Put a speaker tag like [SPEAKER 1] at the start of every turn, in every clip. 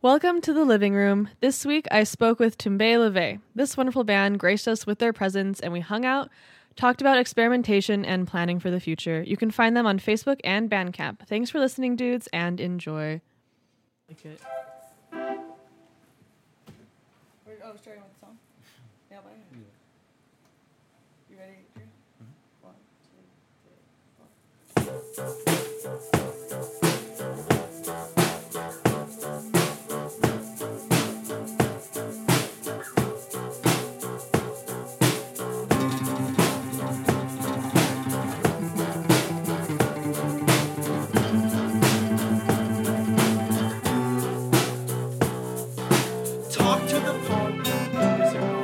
[SPEAKER 1] Welcome to the living room. This week I spoke with Tumbe Leve. This wonderful band graced us with their presence and we hung out, talked about experimentation and planning for the future. You can find them on Facebook and Bandcamp. Thanks for listening, dudes, and enjoy.
[SPEAKER 2] We're, oh, starting with the song? Nail biter? You ready, Drew? One, two, three, four.
[SPEAKER 3] Talk to the phone. Is it on?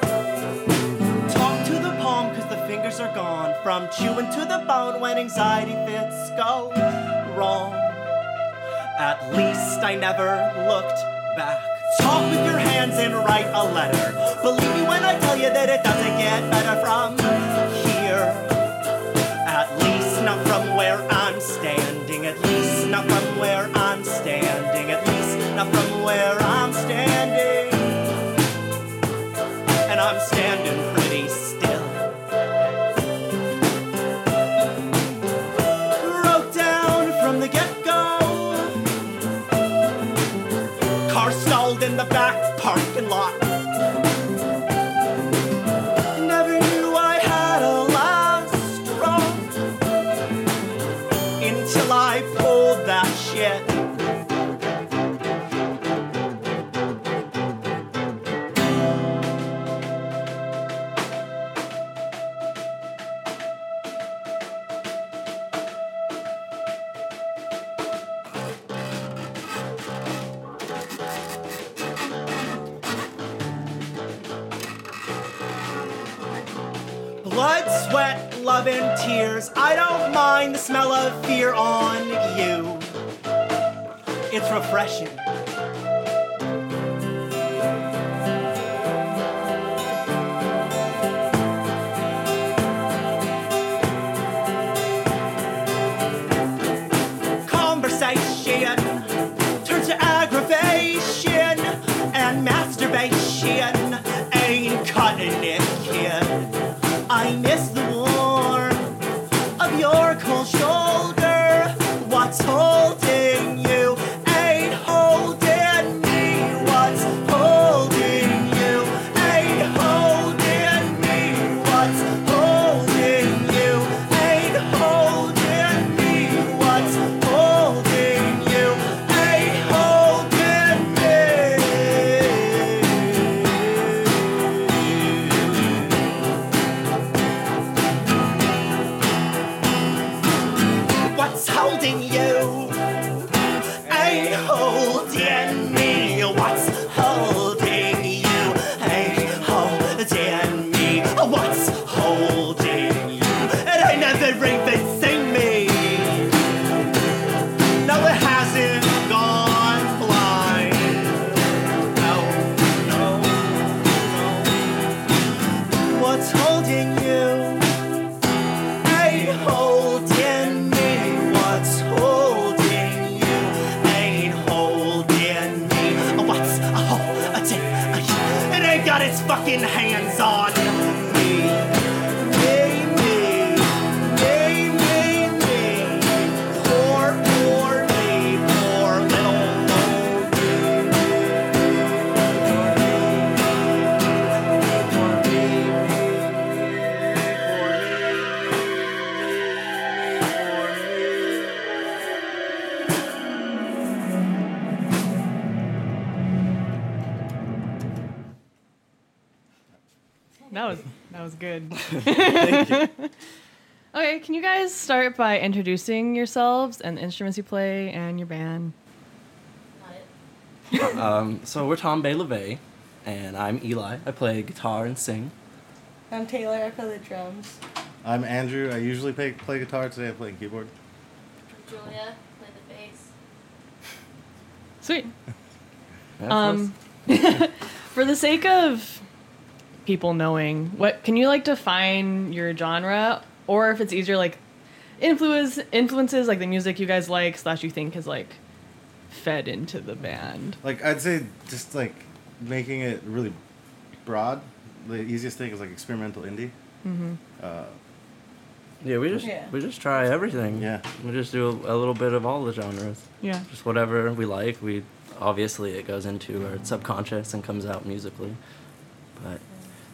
[SPEAKER 3] Talk to the palm cause the fingers are gone From chewing to the bone when anxiety fits go wrong at least I never looked back. Talk with your hands and write a letter. Believe me when I tell you that it doesn't get better from here. At least not from where I'm standing. At least not from where I'm standing. At least not from where I'm standing. And I'm standing pretty still. Wrote down from the get go car stalled in the back parking lot. Never knew I had a last straw until I pulled that shit. Blood, sweat, love, and tears. I don't mind the smell of fear on you. It's refreshing. Conversation turns to aggravation and masturbation. Ain't cutting it, kid. I miss the warmth of your cold shoulder. What's holding you ain't holding me. What's holding you ain't holding me. What's holding you ain't holding me. What's holding you ain't holding me. What's holding you? Ain't holding me. What's holding you? Ain't holding me. What's holding you? It ain't never even seen me. No, it hasn't gone blind. No, no, no. What's holding you? Ain't holding me. What's holding you? Ain't holding me. What's holding you? It ain't got its fucking hands on me. Me, me, me, me, me. Poor, poor me, poor little old me.
[SPEAKER 1] That was that was good.
[SPEAKER 4] Thank you.
[SPEAKER 1] Okay, can you guys start by introducing yourselves and the instruments you play and your band?
[SPEAKER 4] Um, so we're Tom Bay and I'm Eli. I play guitar and sing.
[SPEAKER 2] I'm Taylor, I play the drums.
[SPEAKER 5] I'm Andrew. I usually play, play guitar. Today I play keyboard.
[SPEAKER 6] Julia, play the bass.
[SPEAKER 1] Sweet.
[SPEAKER 4] Yeah,
[SPEAKER 1] Um,
[SPEAKER 4] plus-
[SPEAKER 1] for the sake of people knowing, what can you like define your genre, or if it's easier, like influence influences like the music you guys like slash you think is like fed into the band.
[SPEAKER 5] Like I'd say, just like making it really broad. The easiest thing is like experimental indie. Mm-hmm. Uh,
[SPEAKER 4] yeah, we just
[SPEAKER 2] Yeah.
[SPEAKER 4] we just try everything.
[SPEAKER 5] Yeah.
[SPEAKER 4] we just do a, a little bit of all the genres.
[SPEAKER 1] Yeah.
[SPEAKER 4] Just whatever we like. We obviously it goes into our subconscious and comes out musically. But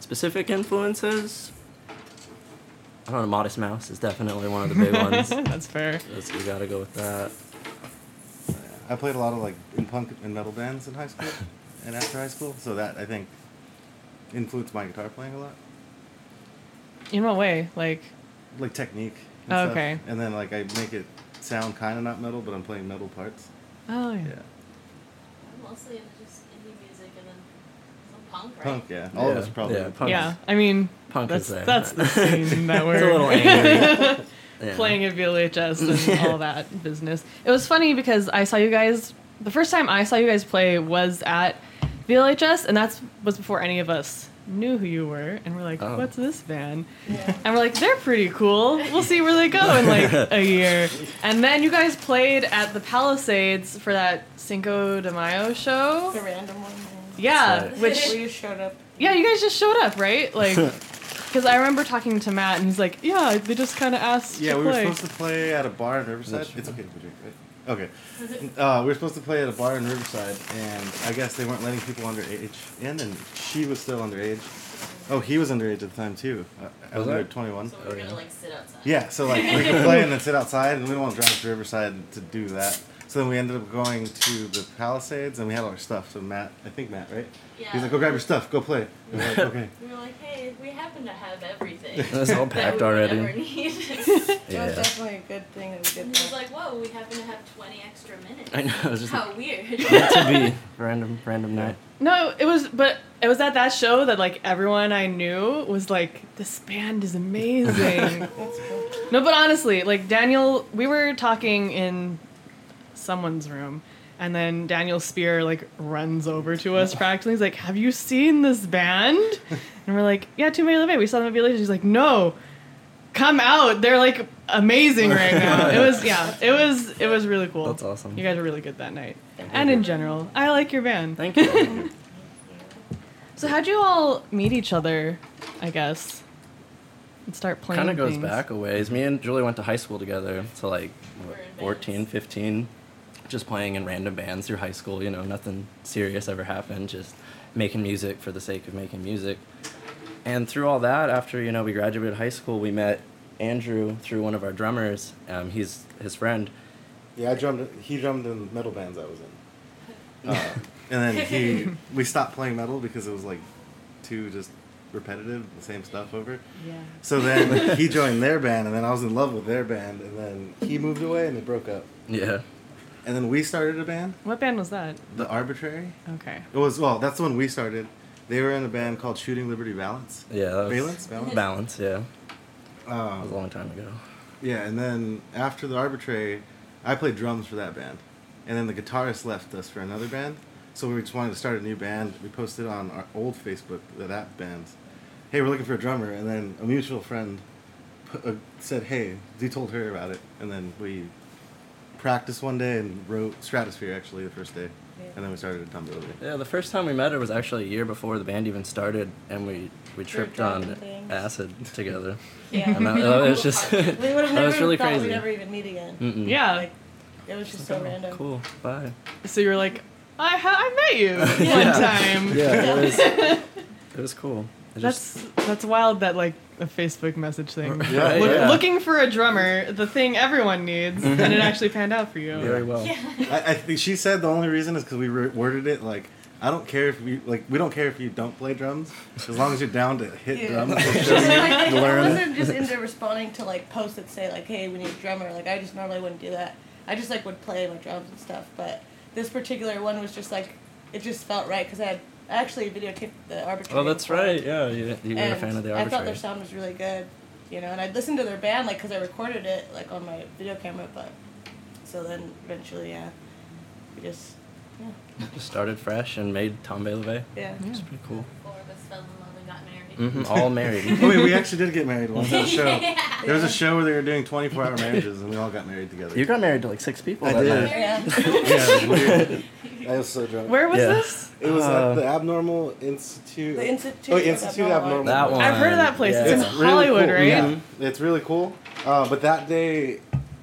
[SPEAKER 4] specific influences, I don't know. Modest Mouse is definitely one of the big ones.
[SPEAKER 1] That's fair.
[SPEAKER 4] That's, we gotta go with that.
[SPEAKER 5] I played a lot of like in punk and metal bands in high school and after high school, so that I think influenced my guitar playing a lot,
[SPEAKER 1] In what way? Like
[SPEAKER 5] like technique. And stuff.
[SPEAKER 1] Okay.
[SPEAKER 5] And then like I make it sound kind of not metal, but I'm playing metal parts.
[SPEAKER 1] oh
[SPEAKER 5] Yeah.
[SPEAKER 6] I'm mostly into just indie music and then some punk, right?
[SPEAKER 5] Punk. Yeah. All of us
[SPEAKER 4] Yeah,
[SPEAKER 5] probably.
[SPEAKER 4] yeah,
[SPEAKER 5] would-
[SPEAKER 4] punk.
[SPEAKER 1] Yeah, I mean,
[SPEAKER 4] Punk
[SPEAKER 1] that's
[SPEAKER 4] is there.
[SPEAKER 1] that's the scene that we're
[SPEAKER 4] It's a little angry. Yeah.
[SPEAKER 1] playing at VLHS and all that business. It was funny because I saw you guys the first time I saw you guys play was at VLHS, and that's was before any of us knew who you were, and we're like,
[SPEAKER 4] Oh.
[SPEAKER 1] "What's this band?"
[SPEAKER 2] Yeah.
[SPEAKER 1] And we're like, "They're pretty cool. We'll see where they go in like a year." And then you guys played at the Palisades for that Cinco de Mayo show.
[SPEAKER 2] The random one.
[SPEAKER 1] Yeah,
[SPEAKER 2] yeah.
[SPEAKER 4] Right.
[SPEAKER 1] which
[SPEAKER 2] Where you showed up.
[SPEAKER 1] yeah, you guys just showed up, right? Like, because I remember talking to Matt, and he's like, "Yeah, they just kind of asked
[SPEAKER 5] Yeah,
[SPEAKER 1] to
[SPEAKER 5] we were
[SPEAKER 1] play."
[SPEAKER 5] supposed to play at a bar in Riverside.
[SPEAKER 4] That's-
[SPEAKER 5] It's okay to drink, right? Okay. Uh, we were supposed to play at a bar in Riverside, and I guess they weren't letting people underage in, and she was still underage. Oh, he was underage at the time, too. Uh, I
[SPEAKER 4] Was
[SPEAKER 5] was
[SPEAKER 4] I?
[SPEAKER 5] under 21.
[SPEAKER 6] So we're
[SPEAKER 4] yeah.
[SPEAKER 6] gonna like sit outside.
[SPEAKER 5] Oh, Yeah, so like we could play and then sit outside, and we don't want to drive to Riverside to do that. So then we ended up going to the Palisades, and we had all our stuff. So Matt, I think Matt, right? He's
[SPEAKER 6] Yeah.
[SPEAKER 5] like, go grab your stuff, go play. And we're like, okay.
[SPEAKER 6] We were like, hey, we happen to have everything.
[SPEAKER 4] It's all
[SPEAKER 6] that
[SPEAKER 4] packed
[SPEAKER 6] we would
[SPEAKER 4] already.
[SPEAKER 6] ever need. and
[SPEAKER 2] That was
[SPEAKER 4] Yeah.
[SPEAKER 2] definitely a good thing that we did
[SPEAKER 6] he's
[SPEAKER 2] that.
[SPEAKER 6] like, whoa, we happen to have 20 extra minutes.
[SPEAKER 4] I know. It was just
[SPEAKER 6] How weird.
[SPEAKER 4] meant to be random, random night.
[SPEAKER 1] No, it was, but it was at that show that like everyone I knew was like, "This band is amazing."
[SPEAKER 2] That's cool.
[SPEAKER 1] no, but honestly, like Daniel, we were talking in someone's room, and then Daniel Spear like runs over to us practically. He's like, "Have you seen this band?" And we're like, "Yeah, Too Many Live." We saw them at Village. He's like, "No." Come out! They're like amazing right now. It was yeah. It was it was really cool.
[SPEAKER 4] That's awesome.
[SPEAKER 1] You guys were really good that night, and in general, I like your band.
[SPEAKER 4] Thank you.
[SPEAKER 1] So how'd you all meet each other? I guess and start playing.
[SPEAKER 4] kind of goes
[SPEAKER 1] things?
[SPEAKER 4] back a ways. Me and Julie went to high school together, so like what,
[SPEAKER 6] We're in
[SPEAKER 4] 14,
[SPEAKER 6] bands.
[SPEAKER 4] 15, just playing in random bands through high school. You know, nothing serious ever happened, just making music for the sake of making music. And through all that, after you know we graduated high school, we met Andrew through one of our drummers. Um, he's his friend.
[SPEAKER 5] Yeah, I drummed. He drummed in metal bands I was in. Uh, and then he, we stopped playing metal because it was like too just repetitive, the same stuff over.
[SPEAKER 1] Yeah.
[SPEAKER 5] So then he joined their band, and then I was in love with their band, and then he moved away, and they broke up.
[SPEAKER 4] Yeah,
[SPEAKER 5] And then we started a band,
[SPEAKER 1] What band was that?
[SPEAKER 5] the Arbitrary.
[SPEAKER 1] Okay.
[SPEAKER 5] It was well, that's the one we started. They were in a band called Shooting Liberty Balance.
[SPEAKER 4] yeah. that was-
[SPEAKER 5] Balance, balance.
[SPEAKER 4] Balance. Yeah, that was
[SPEAKER 5] Um,
[SPEAKER 4] a long time ago.
[SPEAKER 5] yeah, and then after the Arbitrary, I played drums for that band, and then the guitarist left us for another band. So we just wanted to start a new band. We posted on our old Facebook that that band, hey, we're looking for a drummer, and then a mutual friend pu- uh, said, hey, they told her about it, and then we practiced one day and wrote Stratosphere actually the first day, and then we started a Dumbbell.
[SPEAKER 4] Yeah, the first time we met her was actually a year before the band even started, and we we tripped on
[SPEAKER 2] drumming things.
[SPEAKER 4] acid together.
[SPEAKER 2] Yeah.
[SPEAKER 4] And that, that was just
[SPEAKER 6] We
[SPEAKER 2] we would have
[SPEAKER 4] that
[SPEAKER 2] never
[SPEAKER 4] was really
[SPEAKER 2] thought
[SPEAKER 4] crazy. Mm.
[SPEAKER 2] we'd ever even meet again.
[SPEAKER 4] Mm-mm.
[SPEAKER 1] Yeah.
[SPEAKER 2] Like, it was just so random.
[SPEAKER 4] Cool. Bye.
[SPEAKER 1] so you were like, I ha- I met you
[SPEAKER 4] Yeah.
[SPEAKER 1] one time.
[SPEAKER 4] Yeah, it was. It was cool. It just-
[SPEAKER 1] That's that's wild. That like a Facebook message thing.
[SPEAKER 4] Yeah,
[SPEAKER 1] Look-
[SPEAKER 4] yeah. Mm-hmm.
[SPEAKER 1] Looking for a drummer, the thing everyone needs, and it actually panned out for you.
[SPEAKER 4] very well.
[SPEAKER 5] I, I think she said the only reason is because we re- worded it like I don't care if you like we don't care if you don't play drums as long as you're down to hit
[SPEAKER 2] Yeah.
[SPEAKER 5] drums.
[SPEAKER 2] Just, like, I
[SPEAKER 5] learn.
[SPEAKER 2] wasn't just into responding to like posts that say like, "Hey, we need a drummer." Like I just normally wouldn't do that. I just like would play my drums and stuff. But this particular one was just like, it just felt right because I had I actually videotaped the arbitrary.
[SPEAKER 4] Oh, that's
[SPEAKER 2] before,
[SPEAKER 4] right. Yeah, you, you were
[SPEAKER 2] And
[SPEAKER 4] a fan of the
[SPEAKER 2] I thought
[SPEAKER 4] arbitrary.
[SPEAKER 2] their sound was really good, you know. And I listened to their band like because I recorded it like on my video camera. But so then eventually, yeah, we just
[SPEAKER 4] Just started fresh and made Tom Levay.
[SPEAKER 2] Yeah.
[SPEAKER 4] It's pretty cool.
[SPEAKER 6] Four of us fell in love and got married.
[SPEAKER 4] hmm All married.
[SPEAKER 5] Oh, wait, we actually did get married once on a show.
[SPEAKER 6] yeah.
[SPEAKER 5] There was a show where they were doing 24 hour marriages and we all got married together.
[SPEAKER 4] You got married to like six people.
[SPEAKER 5] I
[SPEAKER 4] that
[SPEAKER 5] did.
[SPEAKER 4] night.
[SPEAKER 2] Yeah.
[SPEAKER 5] yeah, it was weird. I was so drunk.
[SPEAKER 1] Where was
[SPEAKER 4] Yeah.
[SPEAKER 1] this?
[SPEAKER 5] It was
[SPEAKER 4] Uh,
[SPEAKER 5] at the Abnormal Institute.
[SPEAKER 2] The Institute
[SPEAKER 5] Oh,
[SPEAKER 2] of
[SPEAKER 5] Institute of
[SPEAKER 2] Abnormal
[SPEAKER 5] Abnormal.
[SPEAKER 4] That one.
[SPEAKER 1] I've heard of that place. It's
[SPEAKER 4] yeah.
[SPEAKER 1] in Hollywood,
[SPEAKER 5] cool.
[SPEAKER 1] right?
[SPEAKER 5] Yeah. It's really cool. Uh, but that day,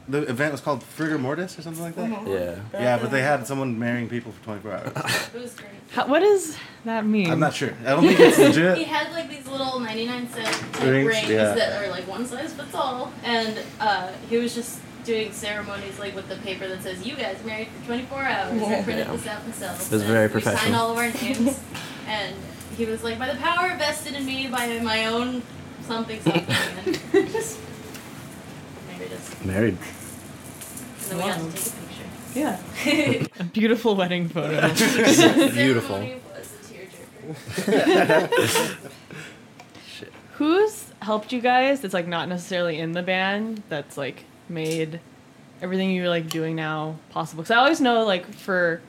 [SPEAKER 5] the event was called Frigor Mortis or something like
[SPEAKER 2] Mm-hmm.
[SPEAKER 5] that.
[SPEAKER 4] Yeah.
[SPEAKER 5] Yeah, but they had someone marrying people for 24 hours.
[SPEAKER 6] It was great.
[SPEAKER 1] How, what does that mean?
[SPEAKER 5] I'm not sure. I don't think it's
[SPEAKER 6] He
[SPEAKER 5] legit.
[SPEAKER 6] had like these little 99 cent like,
[SPEAKER 5] Rings,
[SPEAKER 6] rings
[SPEAKER 5] yeah.
[SPEAKER 6] that are like one size fits all, and uh, he was just doing ceremonies like with the paper that says "You guys married for 24 hours."
[SPEAKER 2] Yeah.
[SPEAKER 6] We printed
[SPEAKER 4] Yeah.
[SPEAKER 6] this out themselves.
[SPEAKER 4] It was
[SPEAKER 6] and
[SPEAKER 4] very
[SPEAKER 6] We signed
[SPEAKER 4] professional.
[SPEAKER 6] all of our names, and he was like, "By the power vested in me by my own something something," and we just married us,
[SPEAKER 4] Married.
[SPEAKER 6] and then we got to take a picture.
[SPEAKER 1] Yeah.
[SPEAKER 6] The
[SPEAKER 1] A beautiful wedding photo.
[SPEAKER 4] Beautiful.
[SPEAKER 6] ceremony was a tearjerker.
[SPEAKER 4] Shit.
[SPEAKER 1] Who's helped you guys that's like not necessarily in the band that's like made everything you're like doing now possible? Because I always know like for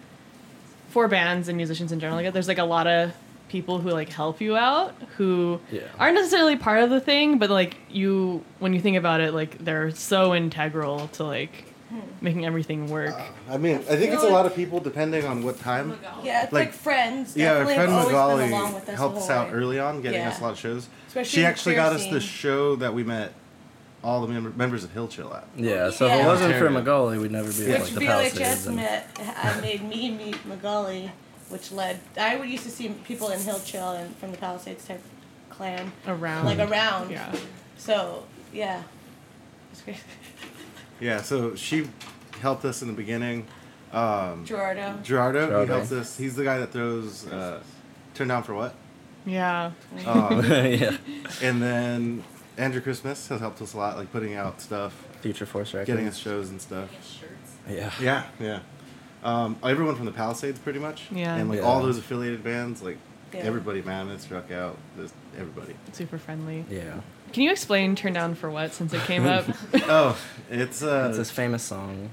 [SPEAKER 1] for bands and musicians in general, like, there's like a lot of people who like help you out who
[SPEAKER 4] Yeah.
[SPEAKER 1] aren't necessarily part of the thing, but like you when you think about it, like they're so integral to like making everything work.
[SPEAKER 5] I mean, I think it's a lot of people depending on what time.
[SPEAKER 6] McGowan.
[SPEAKER 2] Yeah, it's like,
[SPEAKER 5] Like-
[SPEAKER 2] friends.
[SPEAKER 5] Yeah, our
[SPEAKER 2] definitely
[SPEAKER 5] friend
[SPEAKER 2] have always
[SPEAKER 5] Magali
[SPEAKER 2] been along with us the
[SPEAKER 5] helped us
[SPEAKER 2] whole
[SPEAKER 5] out
[SPEAKER 2] way.
[SPEAKER 5] early on, getting
[SPEAKER 2] Yeah.
[SPEAKER 5] us a lot of shows.
[SPEAKER 2] Especially
[SPEAKER 5] she
[SPEAKER 2] in the
[SPEAKER 5] actually
[SPEAKER 2] queer
[SPEAKER 5] got us the
[SPEAKER 2] scene.
[SPEAKER 5] show that we met all the mem- members of Hill Chill at.
[SPEAKER 4] Yeah. So if
[SPEAKER 2] Yeah.
[SPEAKER 4] it wasn't for Magali, we'd never be
[SPEAKER 2] Which
[SPEAKER 4] like the Palisades.
[SPEAKER 2] VLHS
[SPEAKER 4] and-
[SPEAKER 2] met, I made me meet Magali, which led. I would used to see people in Hill Chill and from the Palisades type clan,
[SPEAKER 1] Around
[SPEAKER 2] like around.
[SPEAKER 1] Yeah.
[SPEAKER 2] So yeah, It's great.
[SPEAKER 5] Yeah, so she helped us in the beginning. Um,
[SPEAKER 2] Gerardo.
[SPEAKER 5] Gerardo,
[SPEAKER 4] Gerardo.
[SPEAKER 5] he helped us. He's the guy that throws uh, Turn Down for What?
[SPEAKER 1] Yeah.
[SPEAKER 5] Um,
[SPEAKER 4] yeah.
[SPEAKER 5] and then Andrew Christmas has helped us a lot, like putting out stuff,
[SPEAKER 4] Future Force Records.
[SPEAKER 5] getting us shows and stuff.
[SPEAKER 6] Shirts.
[SPEAKER 4] Yeah.
[SPEAKER 5] Yeah, yeah. Um, everyone from the Palisades, pretty much.
[SPEAKER 1] Yeah.
[SPEAKER 5] And like
[SPEAKER 4] Yeah.
[SPEAKER 5] all those affiliated bands, like
[SPEAKER 2] Yeah.
[SPEAKER 5] everybody, Mammoth, Struck Out, just everybody.
[SPEAKER 1] Super friendly.
[SPEAKER 4] Yeah.
[SPEAKER 1] Can you explain Turn Down for What since it came up?
[SPEAKER 5] Oh, it's uh,
[SPEAKER 4] That's his famous song.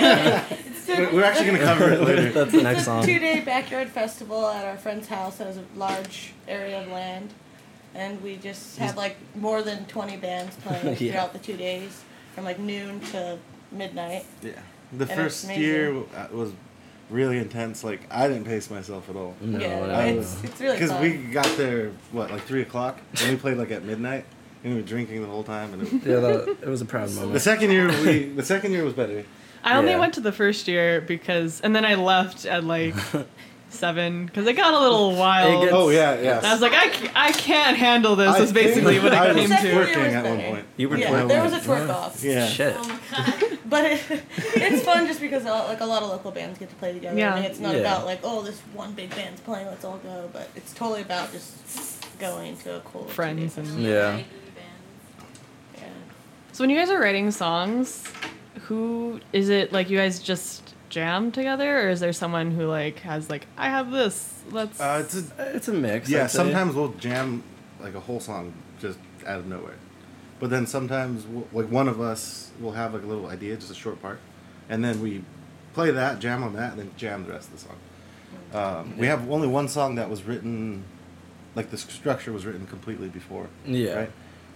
[SPEAKER 5] we're we're actually gonna cover it later.
[SPEAKER 4] That's the next
[SPEAKER 2] It's a
[SPEAKER 4] song.
[SPEAKER 2] two-day backyard festival at our friend's house. It was a large area of land, and we just had like more than twenty bands playing
[SPEAKER 4] Yeah.
[SPEAKER 2] throughout the two days, from like noon to midnight.
[SPEAKER 5] Yeah. The
[SPEAKER 2] it's
[SPEAKER 5] first
[SPEAKER 2] amazing.
[SPEAKER 5] year w- uh, was really intense. Like I didn't pace myself at all.
[SPEAKER 4] No,
[SPEAKER 2] yeah,
[SPEAKER 4] no,
[SPEAKER 2] it's it's really
[SPEAKER 5] Because
[SPEAKER 2] fun.
[SPEAKER 5] we got there what like three o'clock and we played like at midnight and we were drinking the whole time and it,
[SPEAKER 4] Yeah, that, it was a proud
[SPEAKER 5] the
[SPEAKER 4] moment.
[SPEAKER 5] second year we the second year was better.
[SPEAKER 1] I only
[SPEAKER 4] Yeah.
[SPEAKER 1] went to the first year because, and then I left at like seven because it got a little wild.
[SPEAKER 4] gets-
[SPEAKER 5] Oh yeah, yeah.
[SPEAKER 1] I was like, I, ca- I can't handle this.
[SPEAKER 5] I
[SPEAKER 1] Is basically
[SPEAKER 5] think
[SPEAKER 1] what
[SPEAKER 5] I
[SPEAKER 1] it
[SPEAKER 5] was
[SPEAKER 1] came to.
[SPEAKER 2] Second-
[SPEAKER 5] twerking
[SPEAKER 2] year was
[SPEAKER 5] at one
[SPEAKER 2] better.
[SPEAKER 5] point.
[SPEAKER 4] You were
[SPEAKER 2] yeah,
[SPEAKER 4] twerking.
[SPEAKER 2] there was a
[SPEAKER 4] Wow.
[SPEAKER 2] twerk off.
[SPEAKER 5] Yeah.
[SPEAKER 4] Shit.
[SPEAKER 6] Oh my god.
[SPEAKER 2] But it, it's fun just because a, like a lot of local bands get to play together.
[SPEAKER 1] Yeah.
[SPEAKER 2] And it's not
[SPEAKER 4] Yeah.
[SPEAKER 2] about like oh this one big band's playing, let's all go. But it's totally about just going to a cool two-day
[SPEAKER 1] Friends and-
[SPEAKER 2] festival.
[SPEAKER 4] Yeah.
[SPEAKER 2] Yeah.
[SPEAKER 1] So when you guys are writing songs, who is it? Like you guys just jam together, or is there someone who like has like I have this? Let's.
[SPEAKER 5] Uh, it's a,
[SPEAKER 4] It's a mix.
[SPEAKER 5] yeah.
[SPEAKER 4] I'd say.
[SPEAKER 5] Sometimes we'll jam like a whole song just out of nowhere, but then sometimes we'll, like one of us will have like a little idea, just a short part, and then we play that, jam on that, and then jam the rest of the song. Um, We have only one song that was written, like the s- structure was written completely before.
[SPEAKER 4] Yeah.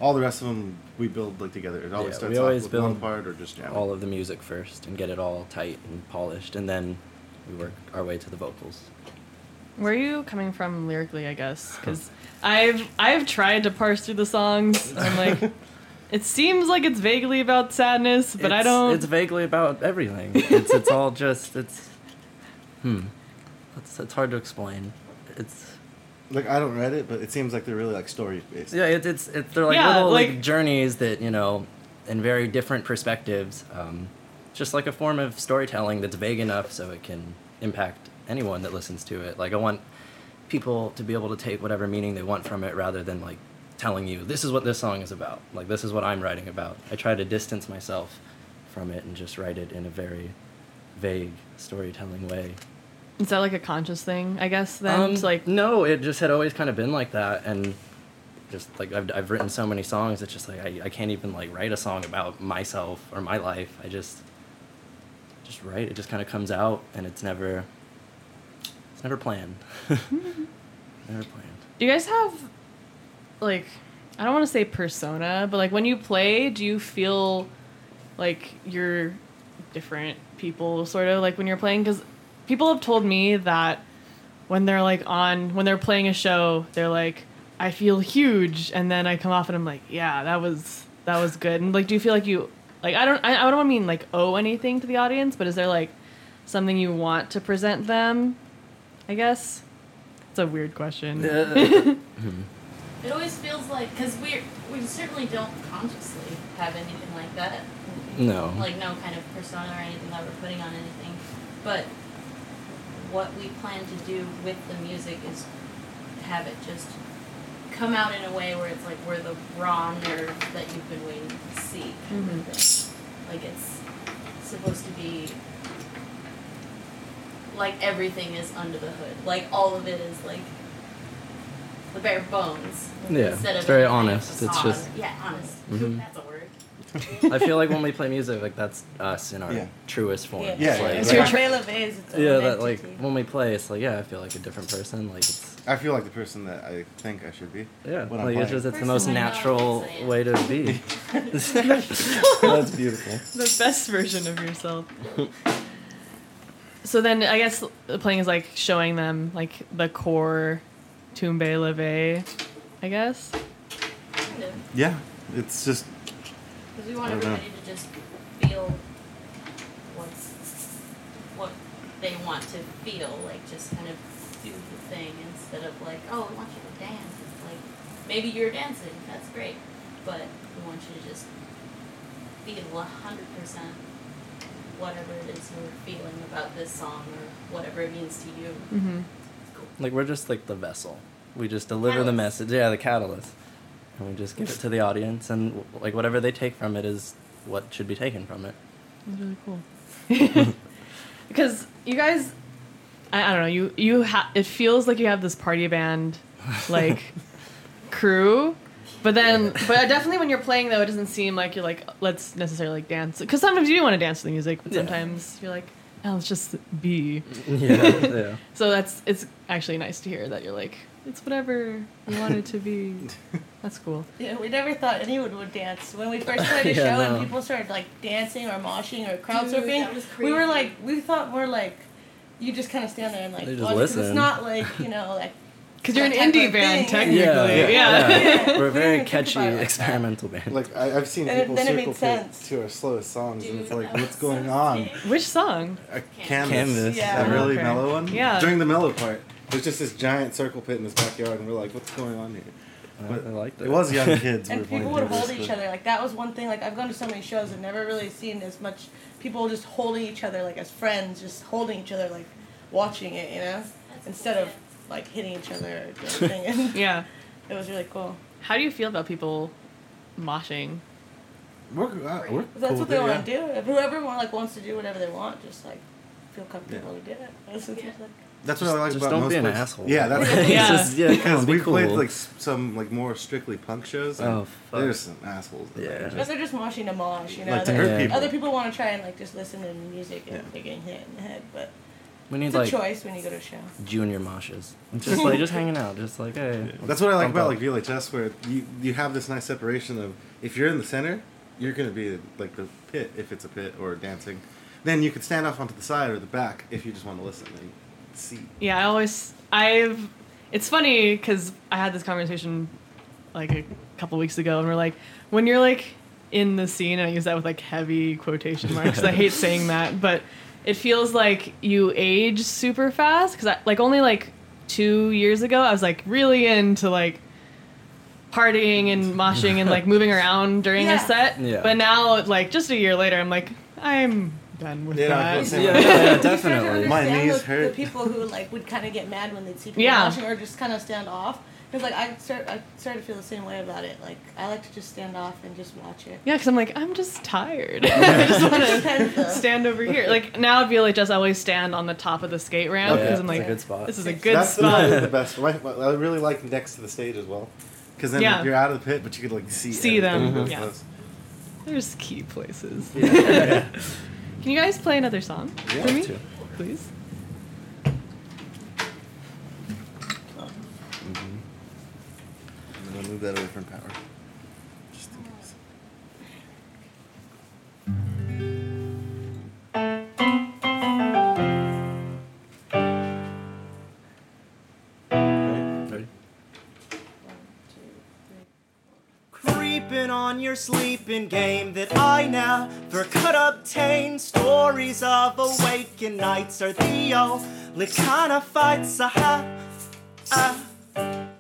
[SPEAKER 5] All the rest of them we build like together. It always
[SPEAKER 4] Yeah,
[SPEAKER 5] starts
[SPEAKER 4] we
[SPEAKER 5] off
[SPEAKER 4] always
[SPEAKER 5] with one
[SPEAKER 4] build
[SPEAKER 5] part or just jam.
[SPEAKER 4] all of the music first and get it all tight and polished, and then we work our way to the vocals.
[SPEAKER 1] Where are you coming from lyrically? I guess because I've I've tried to parse through the songs. And I'm like, it seems like it's vaguely about sadness, but I
[SPEAKER 4] It's-
[SPEAKER 1] don't.
[SPEAKER 4] It's vaguely about everything. It's it's all just it's. Hmm. It's it's hard to explain. It's
[SPEAKER 5] like I don't read it, but it seems like they're really like story based.
[SPEAKER 4] yeah. It's it's, it's they're like
[SPEAKER 1] Yeah,
[SPEAKER 4] little like,
[SPEAKER 1] like-
[SPEAKER 4] journeys that you know, in very different perspectives. Um, just like a form of storytelling that's vague enough so it can impact anyone that listens to it. Like I want people to be able to take whatever meaning they want from it rather than like telling you this is what this song is about like this is what i'm writing about i try to distance myself from it and just write it in a very vague storytelling way
[SPEAKER 1] Is that like a conscious thing? I guess then
[SPEAKER 4] um,
[SPEAKER 1] It's like
[SPEAKER 4] no it just had always kind of been like that and just like i've, I've written so many songs it's just like I, I can't even like write a song about myself or my life i just just write. It just kind of comes out, and it's never, it's never planned. never planned.
[SPEAKER 1] Do you guys have like I don't want to say persona, but like when you play, do you feel like you're different people sort of like when you're playing cuz people have told me that when they're like on when they're playing a show, they're like I feel huge and then I come off and I'm like, yeah, that was that was good. And like do you feel like you like I don't I, I don't mean like owe anything to the audience, but is there like something you want to present them? I guess it's a weird question.
[SPEAKER 6] It always feels like because we we certainly don't consciously have anything like that,
[SPEAKER 4] no.
[SPEAKER 6] like no kind of persona or anything that we're putting on anything. But what we plan to do with the music is have it just come out in a way where it's like we're the raw nerve that you've been waiting to see. kind of
[SPEAKER 4] Mm-hmm.
[SPEAKER 6] thing. Like it's supposed to be like everything is under the hood. Like all of it is like the bare bones.
[SPEAKER 4] Yeah,
[SPEAKER 6] Instead
[SPEAKER 4] it's
[SPEAKER 6] of
[SPEAKER 4] very
[SPEAKER 6] like a
[SPEAKER 4] honest. It's
[SPEAKER 6] facade.
[SPEAKER 4] just-
[SPEAKER 6] yeah, honest.
[SPEAKER 4] Mhm.
[SPEAKER 6] That's a word.
[SPEAKER 4] I feel like when we play music, like that's us in our
[SPEAKER 5] Yeah.
[SPEAKER 4] truest form.
[SPEAKER 2] Yeah,
[SPEAKER 5] Yeah,
[SPEAKER 4] It's like,
[SPEAKER 5] yeah,
[SPEAKER 2] it's
[SPEAKER 5] yeah.
[SPEAKER 2] your
[SPEAKER 5] Right.
[SPEAKER 2] trail of A's. It's
[SPEAKER 4] yeah, that like when we play, it's like yeah, I feel like a different person. Like it's
[SPEAKER 5] I feel like the person that I think I should be.
[SPEAKER 4] yeah,
[SPEAKER 5] When I'm
[SPEAKER 4] like it's
[SPEAKER 5] playing.
[SPEAKER 4] just it's the most
[SPEAKER 6] Personally, no,
[SPEAKER 4] natural
[SPEAKER 6] it's like-
[SPEAKER 4] way to be. That's beautiful.
[SPEAKER 1] the best version of yourself. so then I guess the playing is like showing them like the core Tombe Leve, I guess.
[SPEAKER 6] Kind of.
[SPEAKER 5] Yeah, it's just
[SPEAKER 6] Because we want
[SPEAKER 5] I don't know.
[SPEAKER 6] everybody to just feel what's what they want to feel, like just kind of do the thing instead of like, oh, we want you to dance. It's like maybe you're dancing, that's great, but we want you to just feel a hundred percent whatever it is you're feeling about this song or whatever it means to you.
[SPEAKER 1] Mm-hmm.
[SPEAKER 4] Like we're just like the vessel. We just deliver the
[SPEAKER 6] Catalyst.
[SPEAKER 4] message. Yeah, the catalyst, and we just give it to the audience, and w- like whatever they take from it is what should be taken from it.
[SPEAKER 1] That's really cool. because you guys, I, I don't know, you you ha- it feels like you have this party band like crew, but then but definitely when you're playing though, it doesn't seem like you're like let's necessarily like, dance because sometimes you do want to dance to the music, but
[SPEAKER 4] Yeah.
[SPEAKER 1] sometimes you're like no, let's just be.
[SPEAKER 4] Yeah, yeah.
[SPEAKER 1] So that's it's actually nice to hear that you're like it's whatever we want it to be. That's cool.
[SPEAKER 2] Yeah, we never thought anyone would dance. When we first played a
[SPEAKER 4] Yeah,
[SPEAKER 2] show
[SPEAKER 4] no.
[SPEAKER 2] and people started like dancing or moshing or crowd
[SPEAKER 6] Dude,
[SPEAKER 2] surfing,
[SPEAKER 6] that was
[SPEAKER 2] we were
[SPEAKER 6] crazy.
[SPEAKER 2] like, we thought we're like, you just kind of stand there and like,
[SPEAKER 4] They just
[SPEAKER 2] watch, 'cause
[SPEAKER 4] listen.
[SPEAKER 2] it's not like, you know, like,
[SPEAKER 1] Because you're an
[SPEAKER 2] That type
[SPEAKER 1] indie
[SPEAKER 2] of
[SPEAKER 1] band,
[SPEAKER 2] thing.
[SPEAKER 1] technically.
[SPEAKER 4] yeah,
[SPEAKER 1] Yeah.
[SPEAKER 2] Yeah.
[SPEAKER 4] We're a
[SPEAKER 2] We
[SPEAKER 4] very
[SPEAKER 2] didn't think
[SPEAKER 4] catchy
[SPEAKER 2] about it like that.
[SPEAKER 4] experimental band.
[SPEAKER 5] like I, I've seen
[SPEAKER 2] And it-
[SPEAKER 5] people
[SPEAKER 2] then it made
[SPEAKER 5] circle to,
[SPEAKER 2] sense.
[SPEAKER 5] to our slowest songs, and it's
[SPEAKER 6] Dude,
[SPEAKER 5] like,
[SPEAKER 6] that
[SPEAKER 5] what's
[SPEAKER 6] was
[SPEAKER 5] going
[SPEAKER 6] so
[SPEAKER 5] on?
[SPEAKER 6] sick.
[SPEAKER 1] Which song?
[SPEAKER 5] A
[SPEAKER 6] Canvas.
[SPEAKER 5] canvas.
[SPEAKER 4] Canvas.
[SPEAKER 2] Yeah.
[SPEAKER 5] That really
[SPEAKER 1] Okay.
[SPEAKER 5] mellow one.
[SPEAKER 1] Yeah.
[SPEAKER 5] During the mellow part, there's just this giant circle pit in this backyard, and we're like, what's going on here?
[SPEAKER 4] I
[SPEAKER 5] But
[SPEAKER 4] like that.
[SPEAKER 5] It was young kids. we
[SPEAKER 2] and
[SPEAKER 5] were playing
[SPEAKER 2] people would
[SPEAKER 5] covers,
[SPEAKER 2] hold each
[SPEAKER 5] but-
[SPEAKER 2] other. Like that was one thing. Like I've gone to so many shows and never really seen as much people just holding each other like as friends, just holding each other like watching it, you know,
[SPEAKER 6] That's
[SPEAKER 2] instead
[SPEAKER 6] cool,
[SPEAKER 2] of like hitting each other or something. And
[SPEAKER 1] Yeah.
[SPEAKER 2] it was really cool.
[SPEAKER 1] How do you feel about people moshing?
[SPEAKER 5] We're, uh, we're
[SPEAKER 2] 'Cause that's
[SPEAKER 5] cool
[SPEAKER 2] what
[SPEAKER 5] with it,
[SPEAKER 2] they
[SPEAKER 5] yeah.
[SPEAKER 2] want to do. If whoever want, like wants to do whatever they want, just like feel comfortable to do it. That's what it seems like.
[SPEAKER 5] That's
[SPEAKER 4] Just,
[SPEAKER 5] what I like
[SPEAKER 4] just
[SPEAKER 5] about
[SPEAKER 4] don't
[SPEAKER 5] most
[SPEAKER 4] be an
[SPEAKER 5] places.
[SPEAKER 4] asshole.
[SPEAKER 5] Yeah, that's
[SPEAKER 1] Yeah.
[SPEAKER 4] Just- yeah, come
[SPEAKER 5] because
[SPEAKER 4] on, be
[SPEAKER 5] we played
[SPEAKER 4] cool.
[SPEAKER 5] like s- some like more strictly punk shows. And
[SPEAKER 4] Oh, fuck.
[SPEAKER 5] There's some assholes. that, like,
[SPEAKER 4] Yeah.
[SPEAKER 5] are
[SPEAKER 2] Because
[SPEAKER 5] just-
[SPEAKER 2] they're just moshing a mosh, you know.
[SPEAKER 5] Like to
[SPEAKER 2] that-
[SPEAKER 5] hurt
[SPEAKER 4] Yeah.
[SPEAKER 5] people.
[SPEAKER 2] Other people want to try and like just listen to the music and
[SPEAKER 5] Yeah.
[SPEAKER 2] they're getting hit in the head, but
[SPEAKER 4] we need
[SPEAKER 2] it's a
[SPEAKER 4] like
[SPEAKER 2] choice when you go to a show.
[SPEAKER 4] junior moshes. Just like just hanging out. Just like hey.
[SPEAKER 5] That's what I like about
[SPEAKER 4] bump up.
[SPEAKER 5] like VLHS, where you you have this nice separation of if you're in the center, you're gonna be like the pit if it's a pit or dancing, then you could stand off onto the side or the back if you just want to listen and see.
[SPEAKER 1] Yeah, I always I've it's funny because I had this conversation like a couple weeks ago, and we're like, when you're like in the scene, and I use that with like heavy quotation marks. 'cause I hate saying that, but it feels like you age super fast because like only like two years ago, I was like really into like partying and moshing and like moving around during
[SPEAKER 2] Yeah.
[SPEAKER 1] a set.
[SPEAKER 4] Yeah.
[SPEAKER 1] But now, like just a year later, I'm like, I'm done with
[SPEAKER 5] Yeah,
[SPEAKER 1] that.
[SPEAKER 5] I feel the same.
[SPEAKER 4] Yeah, yeah, yeah,
[SPEAKER 2] You start to
[SPEAKER 4] definitely.
[SPEAKER 5] My
[SPEAKER 2] understand
[SPEAKER 5] knees
[SPEAKER 2] the,
[SPEAKER 5] hurt.
[SPEAKER 2] The people who like would kind of get mad when they'd see people
[SPEAKER 1] Yeah.
[SPEAKER 2] watching, or just kind of stand off. Because like I start, I started to feel the same way about it. Like I like to just stand off and just watch it.
[SPEAKER 1] Yeah, because I'm like, I'm just tired. I just want
[SPEAKER 2] Sometimes, though.
[SPEAKER 1] to stand over here. Like now at VLHS, I always stand on the top of the skate ramp
[SPEAKER 5] Okay.
[SPEAKER 1] because
[SPEAKER 4] it's
[SPEAKER 1] I'm
[SPEAKER 4] a
[SPEAKER 1] like,
[SPEAKER 4] good spot.
[SPEAKER 1] this is a good
[SPEAKER 5] That's the-
[SPEAKER 1] spot.
[SPEAKER 5] the best. My, my- I really like next to the stage as well, because then
[SPEAKER 1] Yeah.
[SPEAKER 5] you're out of the pit, but you could like see
[SPEAKER 1] See them,
[SPEAKER 5] everything
[SPEAKER 1] yeah.
[SPEAKER 5] that's close.
[SPEAKER 1] There's key places. Can you guys play another song
[SPEAKER 5] Yeah.
[SPEAKER 1] for me,
[SPEAKER 4] Two.
[SPEAKER 1] please?
[SPEAKER 5] I'm gonna move that away from power. Just in case.
[SPEAKER 4] Ready?
[SPEAKER 3] Creeping on your sleeping game that I never could obtain. Stories of awakened nights are the only kind of fights I have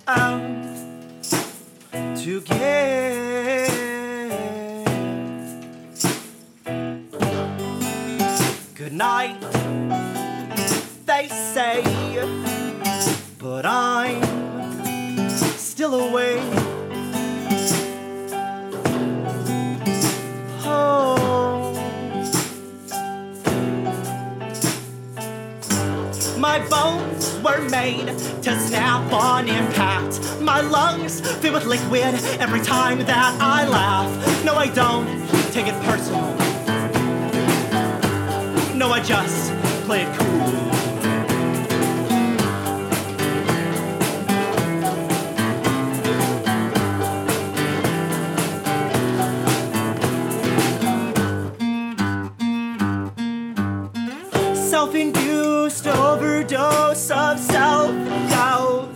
[SPEAKER 3] um, to give. Good night, they say, but I'm still awake. home. My bones were made to snap on impact. My lungs fill with liquid every time that I laugh. No, I don't take it personal. No, I just play it cool. self induced overdose of self doubt.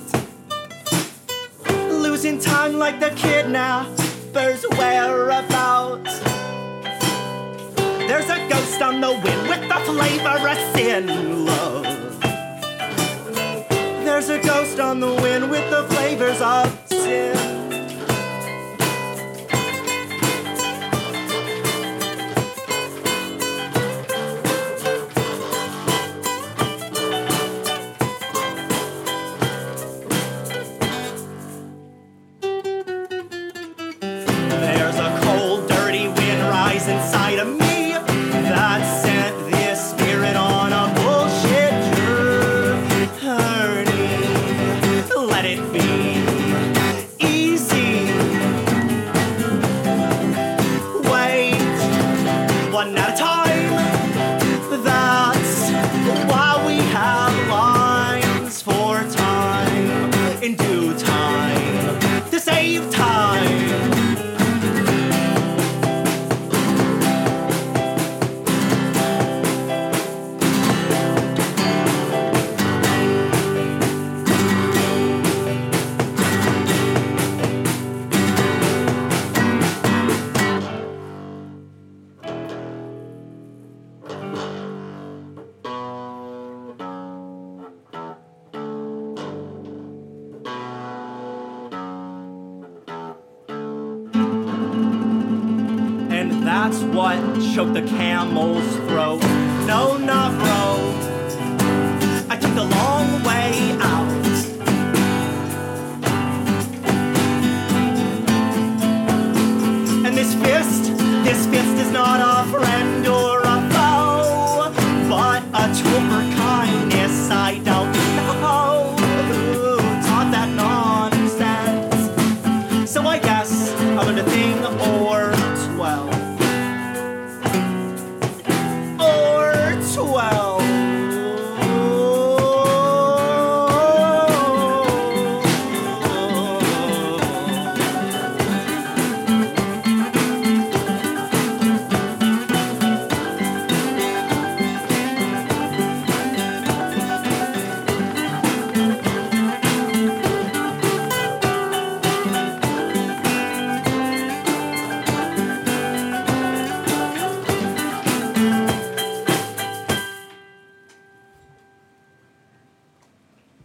[SPEAKER 3] Losing time like the kidnapper's whereabouts. There's a ghost on the wind with the flavor of sin, love. There's a ghost on the wind with the flavors of sin. There's a cold, dirty wind rise inside of me that sent this spirit on a bullshit journey. Let it be easy. Wait, one at a time. That's why we have lines for time in due time to save time. And that's what choked the camel's throat. No, not bro. I took the long way out. And this fist, this fist is not a friend or a foe, but a tool for kindness. I don't know who taught that nonsense. So I guess I learned a thing or twelve. Or twelve.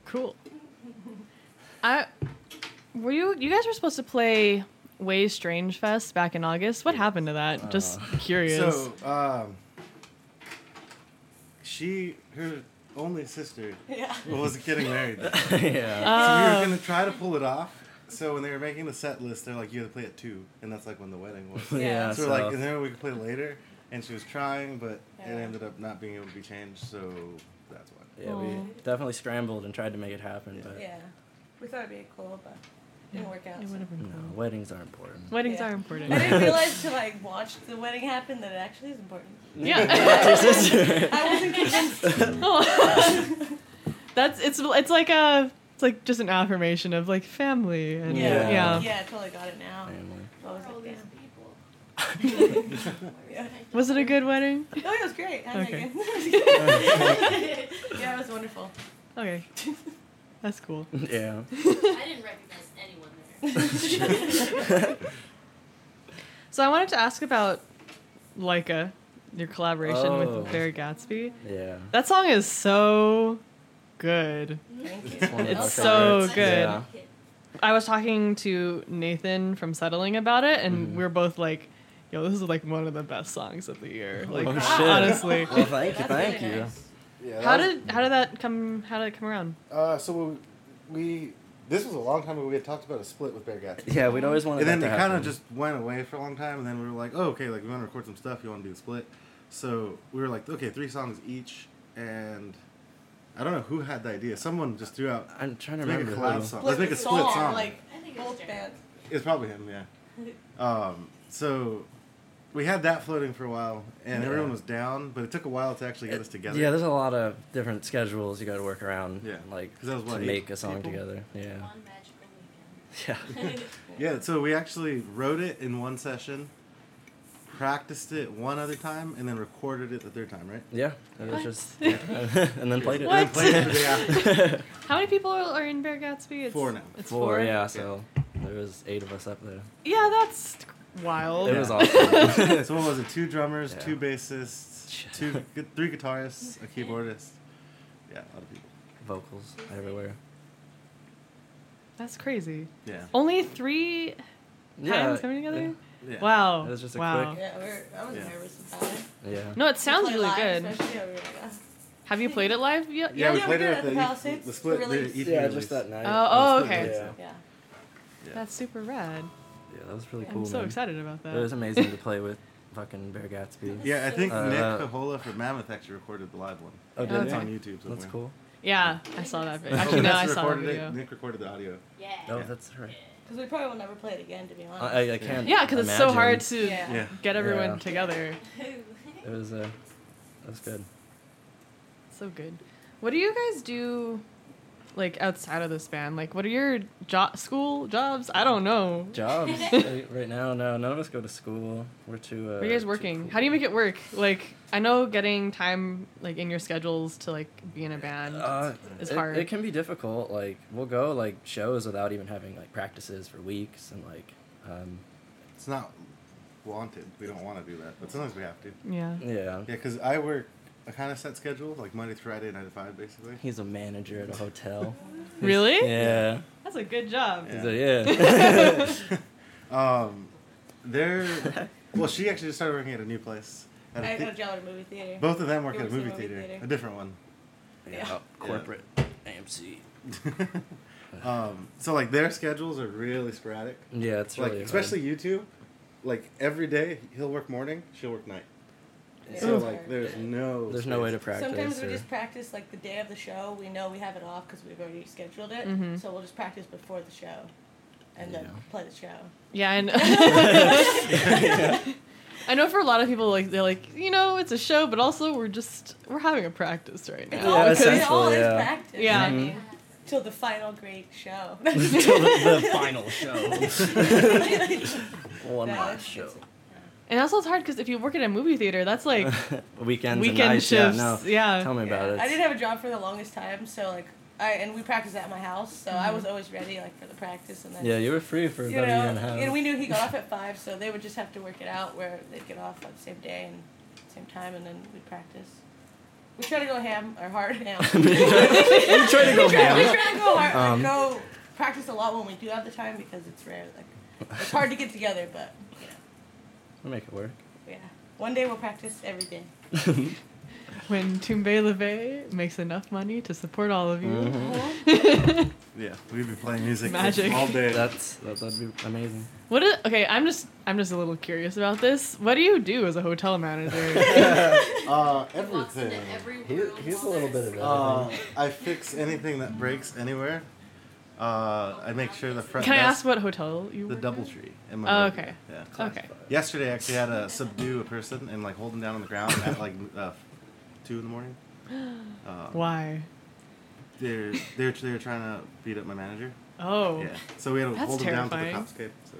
[SPEAKER 1] Cool. I were you you guys were supposed to play Way Strange Fest back in August. What happened to that? Just curious.
[SPEAKER 5] Uh, So, um, she, her only sister,
[SPEAKER 2] Yeah.
[SPEAKER 5] was getting married. Then.
[SPEAKER 1] Uh,
[SPEAKER 4] yeah.
[SPEAKER 5] so we were gonna try to pull it off. So when they were making the set list, they're like, "You gotta play at two, and that's like when the wedding was.
[SPEAKER 4] yeah.
[SPEAKER 5] so,
[SPEAKER 4] so,
[SPEAKER 5] we're like, and then we could play later. And she was trying, but
[SPEAKER 2] Yeah.
[SPEAKER 5] it ended up not being able to be changed. So that's why.
[SPEAKER 4] yeah, we
[SPEAKER 1] Aw.
[SPEAKER 4] definitely scrambled and tried to make it happen, but
[SPEAKER 2] Yeah. We thought it'd be cool, but Didn't work out.
[SPEAKER 1] It
[SPEAKER 2] so.
[SPEAKER 1] would have been
[SPEAKER 4] No,
[SPEAKER 1] cool.
[SPEAKER 4] weddings are important.
[SPEAKER 1] Weddings
[SPEAKER 2] Yeah.
[SPEAKER 1] are
[SPEAKER 2] I
[SPEAKER 1] important.
[SPEAKER 2] didn't realize till I watched the wedding happen that it actually is important.
[SPEAKER 1] yeah.
[SPEAKER 4] That's your sister.
[SPEAKER 2] I wasn't convinced.
[SPEAKER 1] Oh. That's it's it's like a it's like just an affirmation of like family and
[SPEAKER 4] Yeah.
[SPEAKER 1] yeah.
[SPEAKER 2] yeah. I totally got it now.
[SPEAKER 4] Family.
[SPEAKER 2] I was
[SPEAKER 6] Where are all
[SPEAKER 2] like,
[SPEAKER 6] these
[SPEAKER 2] damn.
[SPEAKER 6] people?
[SPEAKER 2] Yeah.
[SPEAKER 1] Was it a good wedding?
[SPEAKER 2] Oh, it was great. I like
[SPEAKER 1] Okay.
[SPEAKER 2] it. yeah, it was wonderful.
[SPEAKER 1] Okay. That's cool.
[SPEAKER 4] Yeah.
[SPEAKER 6] I didn't recognize anyone there.
[SPEAKER 1] So I wanted to ask about Leica, your collaboration
[SPEAKER 4] Oh.
[SPEAKER 1] with Barry Gatsby.
[SPEAKER 4] Yeah.
[SPEAKER 1] That song is so good.
[SPEAKER 2] Thank you.
[SPEAKER 4] one of
[SPEAKER 1] It's
[SPEAKER 4] my
[SPEAKER 2] Oh,
[SPEAKER 1] so
[SPEAKER 4] favorites.
[SPEAKER 1] good.
[SPEAKER 4] Yeah.
[SPEAKER 1] I was talking to Nathan from Settling about it, and we were both like, "Yo, this is like one of the best songs of the year." Like,
[SPEAKER 4] Oh, shit.
[SPEAKER 1] honestly,
[SPEAKER 4] Well, thank you,
[SPEAKER 2] That's
[SPEAKER 4] thank
[SPEAKER 2] really
[SPEAKER 4] you.
[SPEAKER 2] nice.
[SPEAKER 5] Yeah,
[SPEAKER 1] how
[SPEAKER 5] that was-
[SPEAKER 1] did how did that come? How did it come around?
[SPEAKER 5] Uh, so we, we this was a long time ago. We had talked about a split with Bear Gatsby.
[SPEAKER 4] Yeah, we'd always wanted.
[SPEAKER 5] and then
[SPEAKER 4] that
[SPEAKER 5] it
[SPEAKER 4] to
[SPEAKER 5] kind of
[SPEAKER 4] happen.
[SPEAKER 5] just went away for a long time. And then we were like, oh, okay, like we want to record some stuff. You want to do the split? So we were like, okay, three songs each, and I don't know who had the idea. Someone just threw out.
[SPEAKER 4] I'm trying to
[SPEAKER 5] Let's make
[SPEAKER 4] remember.
[SPEAKER 5] a collab
[SPEAKER 4] who.
[SPEAKER 5] song. Let's make a split
[SPEAKER 2] song,
[SPEAKER 5] song.
[SPEAKER 2] Like
[SPEAKER 6] I think it was
[SPEAKER 2] both
[SPEAKER 6] Jared.
[SPEAKER 2] bands.
[SPEAKER 5] It's probably him, yeah. Um, so we had that floating for a while, and
[SPEAKER 4] Yeah.
[SPEAKER 5] everyone was down, but it took a while to actually get us together.
[SPEAKER 4] Yeah, there's a lot of different schedules you got to work around.
[SPEAKER 5] Yeah.
[SPEAKER 4] Like
[SPEAKER 5] 'Cause that was, what,
[SPEAKER 4] to make
[SPEAKER 5] eight
[SPEAKER 4] a song
[SPEAKER 5] people?
[SPEAKER 4] together. Yeah.
[SPEAKER 6] One magical
[SPEAKER 4] Yeah.
[SPEAKER 6] weekend.
[SPEAKER 5] Yeah, so we actually wrote it in one session, practiced it one other time, and then recorded it the third time, right?
[SPEAKER 4] Yeah. It was
[SPEAKER 1] What?
[SPEAKER 4] just and then played it.
[SPEAKER 5] And then
[SPEAKER 1] What?
[SPEAKER 5] played it the day after.
[SPEAKER 1] How many people are, are in Bear Gatsby? It's,
[SPEAKER 5] Four now.
[SPEAKER 1] It's
[SPEAKER 4] Four,
[SPEAKER 1] four.
[SPEAKER 4] yeah, so there was eight of us up there.
[SPEAKER 1] Yeah, that's wild.
[SPEAKER 4] It was awesome.
[SPEAKER 5] so what was it? Two drummers,
[SPEAKER 4] Yeah.
[SPEAKER 5] two bassists, two gu- three guitarists, a keyboardist. Yeah, a lot of people.
[SPEAKER 4] Vocals everywhere.
[SPEAKER 1] That's crazy.
[SPEAKER 5] Yeah.
[SPEAKER 1] Only three
[SPEAKER 4] Yeah.
[SPEAKER 1] times coming together.
[SPEAKER 5] yeah.
[SPEAKER 1] Wow.
[SPEAKER 4] It was just a
[SPEAKER 1] wow.
[SPEAKER 4] quick-
[SPEAKER 2] Yeah, we were, I was
[SPEAKER 5] Yeah.
[SPEAKER 2] nervous about it.
[SPEAKER 4] Yeah.
[SPEAKER 1] No, it sounds
[SPEAKER 2] Play
[SPEAKER 1] really
[SPEAKER 2] live,
[SPEAKER 1] good.
[SPEAKER 2] especially, yeah, we were like, ah.
[SPEAKER 1] Have you played it live? Yeah.
[SPEAKER 5] Yeah, we
[SPEAKER 2] Yeah, we
[SPEAKER 5] played
[SPEAKER 2] did
[SPEAKER 5] it
[SPEAKER 2] it
[SPEAKER 5] at
[SPEAKER 2] at
[SPEAKER 5] the, E
[SPEAKER 2] the Palisades,
[SPEAKER 5] the
[SPEAKER 2] the
[SPEAKER 5] split,
[SPEAKER 2] release.
[SPEAKER 5] the EP
[SPEAKER 4] Yeah,
[SPEAKER 5] release.
[SPEAKER 4] just that night.
[SPEAKER 1] Oh, oh,
[SPEAKER 5] That's what it
[SPEAKER 1] okay.
[SPEAKER 5] is.
[SPEAKER 4] Yeah.
[SPEAKER 2] Yeah.
[SPEAKER 5] Yeah.
[SPEAKER 1] That's super rad.
[SPEAKER 4] Yeah, that was really cool.
[SPEAKER 1] I'm so
[SPEAKER 4] man.
[SPEAKER 1] excited about
[SPEAKER 4] It
[SPEAKER 1] that.
[SPEAKER 4] was amazing to play with fucking Bear Gatsby.
[SPEAKER 5] Yeah, I think
[SPEAKER 4] Uh,
[SPEAKER 5] Nick
[SPEAKER 4] uh,
[SPEAKER 5] Cahola from Mammoth actually recorded the live one.
[SPEAKER 4] Oh,
[SPEAKER 1] did
[SPEAKER 5] it's
[SPEAKER 1] he?
[SPEAKER 5] on YouTube somewhere.
[SPEAKER 4] That's cool.
[SPEAKER 1] yeah, I saw that. Video.
[SPEAKER 5] Oh,
[SPEAKER 1] Actually, no, I
[SPEAKER 5] Vanessa
[SPEAKER 1] saw that
[SPEAKER 5] recorded
[SPEAKER 1] video.
[SPEAKER 5] It. Nick recorded the audio.
[SPEAKER 6] Yeah.
[SPEAKER 4] Oh,
[SPEAKER 5] Yeah.
[SPEAKER 4] that's right.
[SPEAKER 2] Because we probably will never play it again, to be honest.
[SPEAKER 4] I, I can't.
[SPEAKER 1] Yeah, because it's so hard to
[SPEAKER 4] imagine.
[SPEAKER 2] Yeah.
[SPEAKER 5] Yeah.
[SPEAKER 1] get everyone
[SPEAKER 4] Yeah.
[SPEAKER 1] together.
[SPEAKER 4] It was, uh, that was good.
[SPEAKER 1] So good. What do you guys do, like outside of this band? Like, what are your job, school jobs? I don't know.
[SPEAKER 4] Jobs right right now? No, none of us go to school. We're too. Uh,
[SPEAKER 1] Were you guys
[SPEAKER 4] too
[SPEAKER 1] working?
[SPEAKER 4] cool.
[SPEAKER 1] How do you make it work? Like, I know getting time like in your schedules to like be in a band.
[SPEAKER 4] Uh,
[SPEAKER 1] It's
[SPEAKER 4] it,
[SPEAKER 1] hard.
[SPEAKER 4] It can be difficult. Like we'll go like shows without even having like practices for weeks and like, um,
[SPEAKER 5] It's not wanted. We don't want to do that, but sometimes we have to.
[SPEAKER 1] yeah.
[SPEAKER 4] yeah.
[SPEAKER 5] Yeah, because I work a kind of set schedule, like Monday through Friday, nine to five, basically.
[SPEAKER 4] He's a manager at a hotel.
[SPEAKER 1] Really?
[SPEAKER 4] yeah.
[SPEAKER 1] That's a good job.
[SPEAKER 5] Yeah.
[SPEAKER 4] He's a- yeah.
[SPEAKER 5] Um, there. well, she actually just started working at a new place. At a
[SPEAKER 2] I
[SPEAKER 5] thi-
[SPEAKER 2] got a job at a movie theater.
[SPEAKER 5] both of them work
[SPEAKER 2] It
[SPEAKER 5] at a
[SPEAKER 2] was a
[SPEAKER 5] movie
[SPEAKER 2] movie
[SPEAKER 5] theater,
[SPEAKER 2] theater.
[SPEAKER 5] a different one.
[SPEAKER 2] Yeah.
[SPEAKER 4] Corporate AMC.
[SPEAKER 5] Um, so like their schedules are really sporadic.
[SPEAKER 4] Yeah, it's
[SPEAKER 5] like
[SPEAKER 4] really
[SPEAKER 5] especially you two, like every day he'll work morning, she'll work night.
[SPEAKER 2] Yeah,
[SPEAKER 5] So
[SPEAKER 2] it's
[SPEAKER 5] like
[SPEAKER 2] hard.
[SPEAKER 5] there's no
[SPEAKER 4] hard. There's no way to
[SPEAKER 5] space.
[SPEAKER 4] practice.
[SPEAKER 2] Sometimes we
[SPEAKER 4] or-
[SPEAKER 2] just practice like the day of the show. We know we have it off because we've already scheduled it,
[SPEAKER 1] Mhm.
[SPEAKER 2] so we'll just practice before the show, and then
[SPEAKER 4] Yeah.
[SPEAKER 2] play the show.
[SPEAKER 1] Yeah, and I know for a lot of people, like they're like, you know, it's a show, but also we're just we're having a practice right
[SPEAKER 2] It's
[SPEAKER 1] now.
[SPEAKER 2] all, it's
[SPEAKER 4] essentially,
[SPEAKER 2] all is
[SPEAKER 4] yeah.
[SPEAKER 2] practice.
[SPEAKER 1] Yeah.
[SPEAKER 2] I mean,
[SPEAKER 5] Mm-hmm.
[SPEAKER 2] till the final great show.
[SPEAKER 4] Till the, the final show. One
[SPEAKER 2] No,
[SPEAKER 4] last
[SPEAKER 2] it's-
[SPEAKER 4] show.
[SPEAKER 1] And also, it's hard because if you work at a movie theater, that's like weekend
[SPEAKER 4] Weekends. and nights,
[SPEAKER 1] shifts.
[SPEAKER 4] Yeah, no.
[SPEAKER 1] yeah.
[SPEAKER 4] Tell me about it.
[SPEAKER 2] I didn't have a job for the longest time, so like I and we practiced at my house, so I was always ready like for the practice and then
[SPEAKER 4] Mm-hmm. yeah, you were free for
[SPEAKER 2] you
[SPEAKER 4] about
[SPEAKER 2] know,
[SPEAKER 4] a year and a half.
[SPEAKER 2] we knew he got off at five, so they would just have to work it out where they'd get off on the same day and same time, and then we'd practice. We try to go ham or hard ham. we
[SPEAKER 4] we tried to go
[SPEAKER 2] try
[SPEAKER 4] ham.
[SPEAKER 2] to go hard,
[SPEAKER 4] Um,
[SPEAKER 2] like, go practice a lot when we do have the time because it's rare. Like it's hard to get together, but you know,
[SPEAKER 4] We'll make it work.
[SPEAKER 2] yeah. One day we'll practice every day.
[SPEAKER 1] when Tombay LeVay makes enough money to support all of you.
[SPEAKER 5] Yeah, we'd be playing music
[SPEAKER 1] Magic.
[SPEAKER 5] all day.
[SPEAKER 4] That's that, that'd be amazing.
[SPEAKER 1] What is okay? I'm just I'm just a little curious about this. What do you do as a hotel manager?
[SPEAKER 5] uh,
[SPEAKER 6] Walks into
[SPEAKER 5] everything.
[SPEAKER 6] every
[SPEAKER 4] He,
[SPEAKER 6] room
[SPEAKER 4] he's a
[SPEAKER 6] while
[SPEAKER 4] little
[SPEAKER 6] they're
[SPEAKER 4] bit of everything.
[SPEAKER 5] Uh, I fix anything that breaks anywhere. Uh, I make sure the front.
[SPEAKER 1] Can I
[SPEAKER 5] desk-
[SPEAKER 1] ask what hotel you
[SPEAKER 5] The
[SPEAKER 1] work
[SPEAKER 5] double
[SPEAKER 1] at?
[SPEAKER 5] tree.
[SPEAKER 1] Oh, okay.
[SPEAKER 5] Yeah.
[SPEAKER 1] Okay.
[SPEAKER 5] Yesterday, I actually had to subdue a person and like hold him down on the ground at like uh, two in the morning. Uh,
[SPEAKER 1] Why?
[SPEAKER 5] they're they're they're trying to beat up my manager.
[SPEAKER 1] Oh.
[SPEAKER 5] Yeah. So we had to
[SPEAKER 1] That's
[SPEAKER 5] hold him down
[SPEAKER 1] terrifying.
[SPEAKER 5] till the cops came. So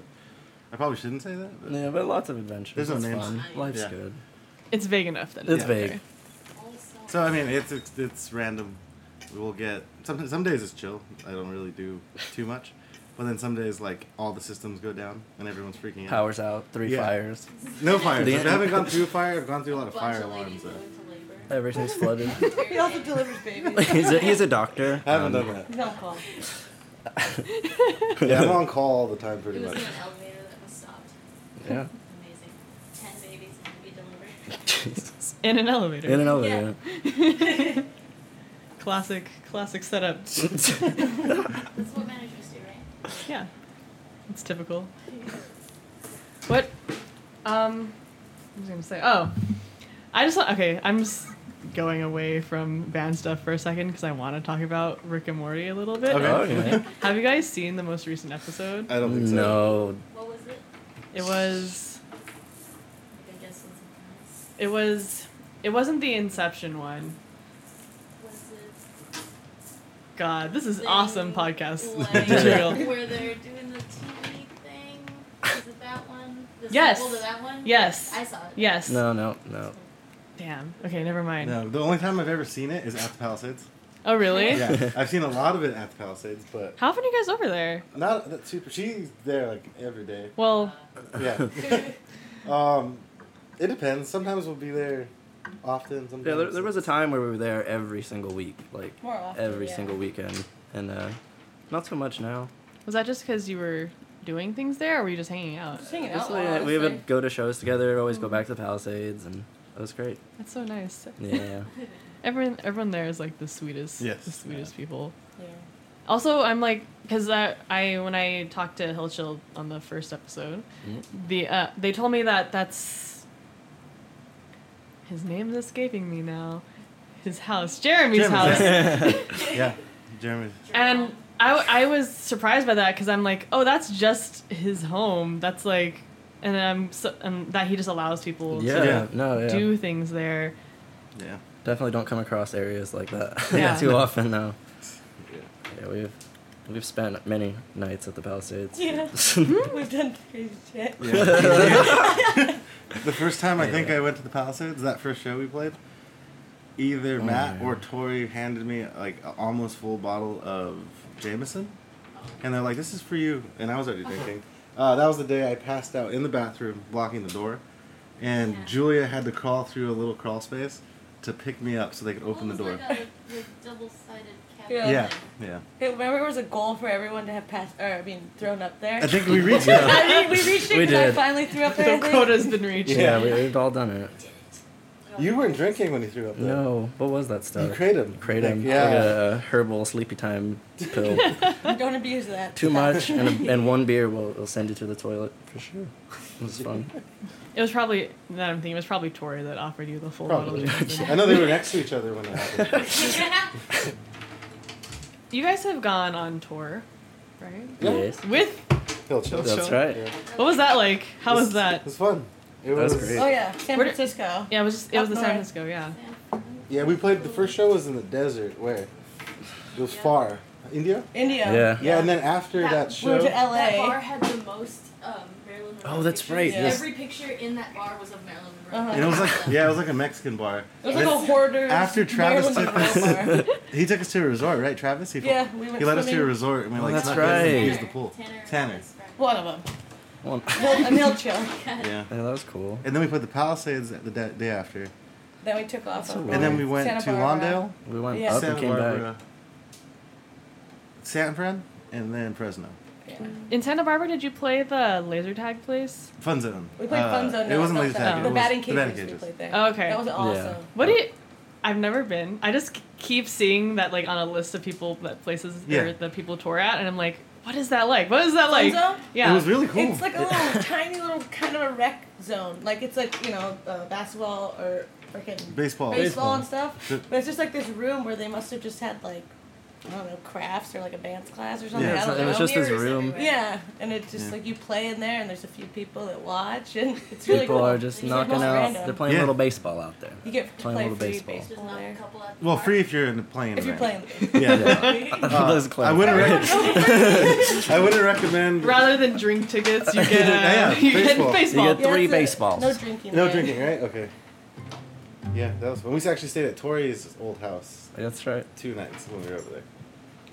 [SPEAKER 5] I probably shouldn't say that. But
[SPEAKER 4] Yeah, but lots of adventures.
[SPEAKER 5] There's no
[SPEAKER 4] It's
[SPEAKER 5] names.
[SPEAKER 4] fun. Life's
[SPEAKER 5] Yeah.
[SPEAKER 4] good.
[SPEAKER 1] It's vague enough that
[SPEAKER 4] It's
[SPEAKER 5] Yeah.
[SPEAKER 4] vague.
[SPEAKER 1] okay.
[SPEAKER 5] So I mean, it's it's, it's random. We'll get some some days it's chill. I don't really do too much, but then some days like all the systems go down and everyone's freaking out.
[SPEAKER 4] Powers out, three
[SPEAKER 5] Yeah.
[SPEAKER 4] fires,
[SPEAKER 5] No fires.
[SPEAKER 4] The
[SPEAKER 5] if
[SPEAKER 4] end.
[SPEAKER 5] I haven't gone through a fire, I've gone through a lot of
[SPEAKER 6] Bunch
[SPEAKER 5] fire
[SPEAKER 6] of
[SPEAKER 5] alarms.
[SPEAKER 6] ladies
[SPEAKER 5] So.
[SPEAKER 6] go into
[SPEAKER 4] everything's flooded.
[SPEAKER 6] labor.
[SPEAKER 2] He also delivers babies.
[SPEAKER 4] he's, a, he's a doctor.
[SPEAKER 5] I haven't
[SPEAKER 4] Um,
[SPEAKER 5] done
[SPEAKER 2] He's on call.
[SPEAKER 5] that. Yeah, I'm on call all the time, pretty
[SPEAKER 6] It was in
[SPEAKER 5] much.
[SPEAKER 6] an elevator that was stopped.
[SPEAKER 4] Yeah.
[SPEAKER 6] Amazing. Ten babies had to be delivered.
[SPEAKER 4] Jesus.
[SPEAKER 1] In an elevator.
[SPEAKER 4] In and
[SPEAKER 5] Oh,
[SPEAKER 4] out there.
[SPEAKER 1] classic, classic setup.
[SPEAKER 6] That's what managers do, right?
[SPEAKER 1] Yeah, it's typical. What? Um, I was gonna say. Oh, I just want. Okay, I'm just going away from band stuff for a second because I want to talk about Rick and Morty a little bit.
[SPEAKER 5] Okay.
[SPEAKER 4] Okay.
[SPEAKER 1] Have you guys seen the most recent episode?
[SPEAKER 5] I don't think so.
[SPEAKER 4] No.
[SPEAKER 6] What was it?
[SPEAKER 1] It was.
[SPEAKER 6] I can guess what's in
[SPEAKER 1] It was. It wasn't the Inception one.
[SPEAKER 6] this.
[SPEAKER 1] God, this
[SPEAKER 6] Was
[SPEAKER 1] is
[SPEAKER 6] it?
[SPEAKER 1] awesome
[SPEAKER 6] thing,
[SPEAKER 1] podcast
[SPEAKER 6] Like,
[SPEAKER 1] material.
[SPEAKER 6] Where they're doing the TV thing. Is it that one? The
[SPEAKER 1] Yes.
[SPEAKER 6] sequel to that one?
[SPEAKER 1] Yes.
[SPEAKER 6] I saw it.
[SPEAKER 1] Yes.
[SPEAKER 4] No, no, no.
[SPEAKER 1] Damn. Okay, never mind.
[SPEAKER 5] No, the only time I've ever seen it is at the Palisades.
[SPEAKER 1] Oh really?
[SPEAKER 5] Yeah, I've seen a lot of it at the Palisades, but
[SPEAKER 1] How often are you guys over there?
[SPEAKER 5] not that super. She's there like every day.
[SPEAKER 1] Well,
[SPEAKER 5] Yeah. um, it depends. Sometimes we'll be there often. Sometimes
[SPEAKER 4] Yeah, there, there was a time where we were there every single week, like
[SPEAKER 2] More often.
[SPEAKER 4] every
[SPEAKER 6] yeah.
[SPEAKER 4] single weekend, and uh, not so much now.
[SPEAKER 1] was that just because you were doing things there, or were you just hanging out?
[SPEAKER 2] Just hanging out.
[SPEAKER 4] Just,
[SPEAKER 2] a lot,
[SPEAKER 4] like, we
[SPEAKER 2] honestly.
[SPEAKER 4] would go to shows together. Always go back to the Palisades, and it was great.
[SPEAKER 1] That's so nice.
[SPEAKER 4] Yeah.
[SPEAKER 1] Everyone, everyone there is like the sweetest,
[SPEAKER 5] Yes.
[SPEAKER 1] the sweetest
[SPEAKER 5] Yeah.
[SPEAKER 1] people.
[SPEAKER 2] Yeah.
[SPEAKER 1] Also, I'm like, because I, I when I talked to Hillchill on the first episode,
[SPEAKER 4] Mm.
[SPEAKER 5] Mm-hmm.
[SPEAKER 1] the uh, they told me that that's his name's escaping me now. His house, Jeremy's
[SPEAKER 5] Jeremy's,
[SPEAKER 1] house.
[SPEAKER 5] yeah, Jeremy.
[SPEAKER 1] And I, I was surprised by that because I'm like, oh, that's just his home. That's like, and then I'm so, and that he just allows people
[SPEAKER 4] yeah.
[SPEAKER 5] Yeah.
[SPEAKER 4] No. Yeah.
[SPEAKER 1] to do things there.
[SPEAKER 5] Yeah.
[SPEAKER 4] Definitely don't come across areas like that
[SPEAKER 1] Yeah.
[SPEAKER 4] too often now.
[SPEAKER 5] Yeah.
[SPEAKER 4] Yeah, we've we've spent many nights at the Palisades.
[SPEAKER 2] Yeah. We've done crazy shit.
[SPEAKER 5] the first time I think
[SPEAKER 4] Yeah.
[SPEAKER 5] I went to the Palisades, that first show we played, either
[SPEAKER 4] Oh,
[SPEAKER 5] Matt
[SPEAKER 4] yeah.
[SPEAKER 5] or Tori handed me like a almost full bottle of Jameson, and they're like, "This is for you," and I was
[SPEAKER 4] Uh-huh.
[SPEAKER 5] already drinking. Uh, that was the day I passed out in the bathroom, blocking the door, and
[SPEAKER 6] Yeah.
[SPEAKER 5] Julia had to crawl through a little crawl space to pick me up so they could open the
[SPEAKER 6] What
[SPEAKER 5] door.
[SPEAKER 6] was Like a, the double-sided cap.
[SPEAKER 2] Yeah.
[SPEAKER 5] Yeah,
[SPEAKER 6] thing?
[SPEAKER 5] yeah.
[SPEAKER 2] Hey, remember, it was a goal for everyone to have passed, or I mean, thrown up there.
[SPEAKER 5] I think we reached it.
[SPEAKER 2] I mean, we reached it
[SPEAKER 4] We
[SPEAKER 2] because I
[SPEAKER 4] did.
[SPEAKER 2] finally threw up
[SPEAKER 1] The
[SPEAKER 2] there. I think.
[SPEAKER 1] quota's been reached.
[SPEAKER 4] Yeah, we, we've all done it.
[SPEAKER 5] You weren't drinking when you threw up. though.
[SPEAKER 4] No, what was that
[SPEAKER 5] You
[SPEAKER 4] stuff?
[SPEAKER 5] kratom.
[SPEAKER 4] Kratom.
[SPEAKER 5] Like,
[SPEAKER 4] Like
[SPEAKER 5] yeah.
[SPEAKER 4] a herbal sleepy time pill.
[SPEAKER 2] Don't abuse that.
[SPEAKER 4] Too much and, a, and one beer will, will send you to the toilet for sure. It was fun.
[SPEAKER 1] It was probably now that I'm thinking it was probably Tori that offered you the full
[SPEAKER 5] Probably.
[SPEAKER 1] bottle. of Jameson.
[SPEAKER 5] I know they were next to each other when that happened.
[SPEAKER 1] You guys have gone on tour, right?
[SPEAKER 5] Yeah.
[SPEAKER 4] Yes.
[SPEAKER 1] With
[SPEAKER 5] Hill chill.
[SPEAKER 4] That's right.
[SPEAKER 5] Yeah.
[SPEAKER 1] what was that like? How was
[SPEAKER 5] It
[SPEAKER 1] that?
[SPEAKER 5] was fun. It
[SPEAKER 4] That was
[SPEAKER 5] was,
[SPEAKER 4] great.
[SPEAKER 2] Oh yeah, San
[SPEAKER 1] Where did-
[SPEAKER 2] Francisco.
[SPEAKER 1] Yeah, it was just, it was the San
[SPEAKER 2] Alright.
[SPEAKER 1] Francisco. Yeah,
[SPEAKER 5] Yeah, we played. The first show was in the desert. Where? It was far. India.
[SPEAKER 2] India.
[SPEAKER 4] Yeah.
[SPEAKER 5] Yeah, and then after that,
[SPEAKER 2] we
[SPEAKER 5] show,
[SPEAKER 2] were to LA.
[SPEAKER 6] That bar had the most um, Marilyn Monroe
[SPEAKER 4] Oh, that's
[SPEAKER 6] pictures.
[SPEAKER 4] right,
[SPEAKER 2] yes.
[SPEAKER 6] Every picture in that bar was of Marilyn Monroe.
[SPEAKER 2] Uh-huh.
[SPEAKER 5] And it was like yeah, it was like a Mexican bar.
[SPEAKER 2] It was like a hoarder.
[SPEAKER 5] After Travis
[SPEAKER 2] Marilyn
[SPEAKER 5] took
[SPEAKER 2] Monroe bar.
[SPEAKER 5] He took us to a resort, right, Travis? He,
[SPEAKER 2] Yeah, we went
[SPEAKER 5] he led us to a
[SPEAKER 2] swimming.
[SPEAKER 5] resort, and we
[SPEAKER 4] Oh,
[SPEAKER 5] like
[SPEAKER 4] that's
[SPEAKER 5] snuck in and
[SPEAKER 4] right.
[SPEAKER 5] used the pool.
[SPEAKER 6] Tanner.
[SPEAKER 5] Tanner.
[SPEAKER 2] One of them.
[SPEAKER 4] Well, yeah,
[SPEAKER 2] Mil- a milk chill.
[SPEAKER 5] Yeah.
[SPEAKER 4] that was cool.
[SPEAKER 5] And then we put the Palisades the da- day after,
[SPEAKER 2] Then we took off.
[SPEAKER 4] So
[SPEAKER 2] on-
[SPEAKER 4] weird.
[SPEAKER 5] and then we went
[SPEAKER 2] Santa
[SPEAKER 5] to
[SPEAKER 2] Barbara.
[SPEAKER 5] Lawndale,
[SPEAKER 4] We went
[SPEAKER 2] Yeah.
[SPEAKER 4] up
[SPEAKER 5] Santa
[SPEAKER 4] and came
[SPEAKER 5] Barbara, San Fran, and then Fresno.
[SPEAKER 2] Yeah.
[SPEAKER 1] in Santa Barbara, did you play the laser tag place?
[SPEAKER 5] Fun Zone.
[SPEAKER 2] We played
[SPEAKER 5] Uh,
[SPEAKER 2] Fun Zone.
[SPEAKER 5] It
[SPEAKER 2] No,
[SPEAKER 5] wasn't
[SPEAKER 2] not
[SPEAKER 5] laser
[SPEAKER 2] that.
[SPEAKER 5] tag.
[SPEAKER 1] No.
[SPEAKER 5] it
[SPEAKER 2] The
[SPEAKER 5] was
[SPEAKER 2] batting
[SPEAKER 5] the
[SPEAKER 2] cages.
[SPEAKER 5] batting
[SPEAKER 2] We
[SPEAKER 5] cages.
[SPEAKER 2] played there.
[SPEAKER 1] Oh, Okay.
[SPEAKER 2] That was awesome.
[SPEAKER 1] What do you? I've never been. I just k- keep seeing that like on a list of people that places
[SPEAKER 5] Yeah.
[SPEAKER 1] or that people tour at, and I'm like, what is that like? What is that like?
[SPEAKER 2] Funzo?
[SPEAKER 1] Yeah.
[SPEAKER 5] It was really cool.
[SPEAKER 2] It's like a little tiny little kind of a rec zone. Like it's like you know uh, basketball or freaking
[SPEAKER 5] Baseball.
[SPEAKER 4] Oh,
[SPEAKER 2] baseball,
[SPEAKER 5] Baseball.
[SPEAKER 2] and stuff.
[SPEAKER 5] The-
[SPEAKER 2] But it's just like this room where they must have just had like I don't know, crafts or like a dance class or something.
[SPEAKER 4] Yeah,
[SPEAKER 2] I
[SPEAKER 4] it's
[SPEAKER 2] don't
[SPEAKER 4] like- it was
[SPEAKER 2] know.
[SPEAKER 4] just his
[SPEAKER 6] mirrors
[SPEAKER 4] room.
[SPEAKER 6] everywhere.
[SPEAKER 2] Yeah, and it's just
[SPEAKER 5] Yeah.
[SPEAKER 2] like you play in there, and there's a few people that watch, and it's really
[SPEAKER 4] People
[SPEAKER 2] cool.
[SPEAKER 4] are just
[SPEAKER 2] It's
[SPEAKER 4] knocking
[SPEAKER 2] most
[SPEAKER 4] out.
[SPEAKER 2] random.
[SPEAKER 4] They're playing
[SPEAKER 5] Yeah.
[SPEAKER 4] a little baseball out there.
[SPEAKER 2] You get to
[SPEAKER 4] playing
[SPEAKER 2] play
[SPEAKER 4] little
[SPEAKER 2] free
[SPEAKER 4] baseball.
[SPEAKER 2] baseball.
[SPEAKER 6] There's not a couple at the
[SPEAKER 5] Well,
[SPEAKER 6] park.
[SPEAKER 5] free if you're in the plane.
[SPEAKER 2] if you're playing.
[SPEAKER 5] Yeah.
[SPEAKER 4] Uh, Those clowns.
[SPEAKER 5] I wouldn't. rec- I wouldn't recommend.
[SPEAKER 1] Rather than drink tickets, you get, uh,
[SPEAKER 5] Yeah,
[SPEAKER 1] you get
[SPEAKER 5] baseball.
[SPEAKER 1] baseball.
[SPEAKER 5] You
[SPEAKER 4] get
[SPEAKER 2] Yeah,
[SPEAKER 4] Three
[SPEAKER 2] it's a-
[SPEAKER 4] baseballs.
[SPEAKER 2] No drinking.
[SPEAKER 5] No
[SPEAKER 2] there.
[SPEAKER 5] drinking, right? Okay. Yeah, that was fun. We actually stayed at Tori's old house
[SPEAKER 4] That's right.
[SPEAKER 5] two nights when we were over there.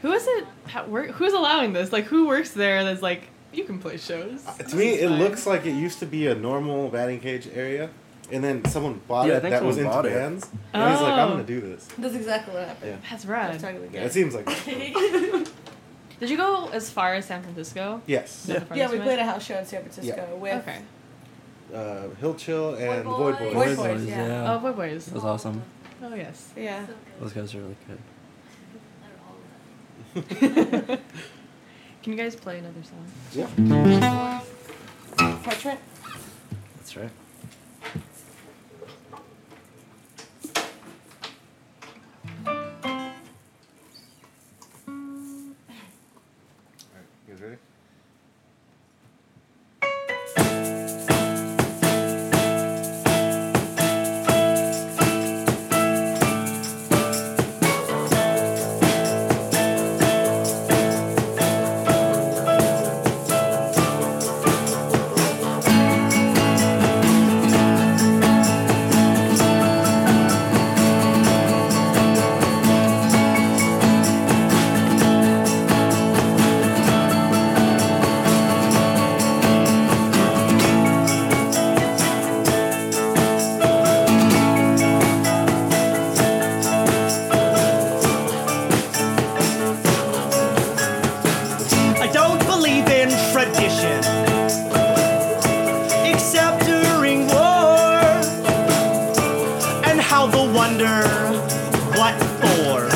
[SPEAKER 1] Who is it? How, where, who's allowing this? Like, who works there? That's like, you can play shows.
[SPEAKER 5] Uh,
[SPEAKER 1] This
[SPEAKER 5] to me,
[SPEAKER 1] is
[SPEAKER 5] it
[SPEAKER 1] fine.
[SPEAKER 5] looks like it used to be a normal batting cage area, and then someone bought
[SPEAKER 4] Yeah, I
[SPEAKER 5] it
[SPEAKER 4] think
[SPEAKER 5] that was
[SPEAKER 4] someone
[SPEAKER 5] into
[SPEAKER 4] bought it.
[SPEAKER 5] bands. And he's like, I'm
[SPEAKER 1] Oh.
[SPEAKER 5] gonna do this.
[SPEAKER 2] That's exactly what happened.
[SPEAKER 5] Yeah.
[SPEAKER 1] That's
[SPEAKER 2] I was
[SPEAKER 1] rad.
[SPEAKER 2] talking to the guy.
[SPEAKER 5] Yeah, it seems like.
[SPEAKER 1] Did you go as far as San Francisco?
[SPEAKER 5] yes.
[SPEAKER 1] Yeah,
[SPEAKER 2] Yeah, we played a house show in San Francisco
[SPEAKER 5] Yeah.
[SPEAKER 2] with
[SPEAKER 1] Okay.
[SPEAKER 5] Uh, Hill Chill and
[SPEAKER 6] Boy
[SPEAKER 5] Void Boys.
[SPEAKER 2] Boys.
[SPEAKER 4] Boys,
[SPEAKER 2] Boys, yeah.
[SPEAKER 4] yeah.
[SPEAKER 1] Oh, boy, boys.
[SPEAKER 4] That was awesome.
[SPEAKER 1] Oh, yes.
[SPEAKER 2] yeah.
[SPEAKER 6] So
[SPEAKER 4] Those
[SPEAKER 6] good.
[SPEAKER 4] guys are really good.
[SPEAKER 6] They're all good.
[SPEAKER 1] Can you guys play another song?
[SPEAKER 5] Yeah.
[SPEAKER 2] Parchment.
[SPEAKER 4] That's right.
[SPEAKER 5] Alright, you guys ready?
[SPEAKER 3] I don't believe in tradition. Except during war. And how the wonder, what for?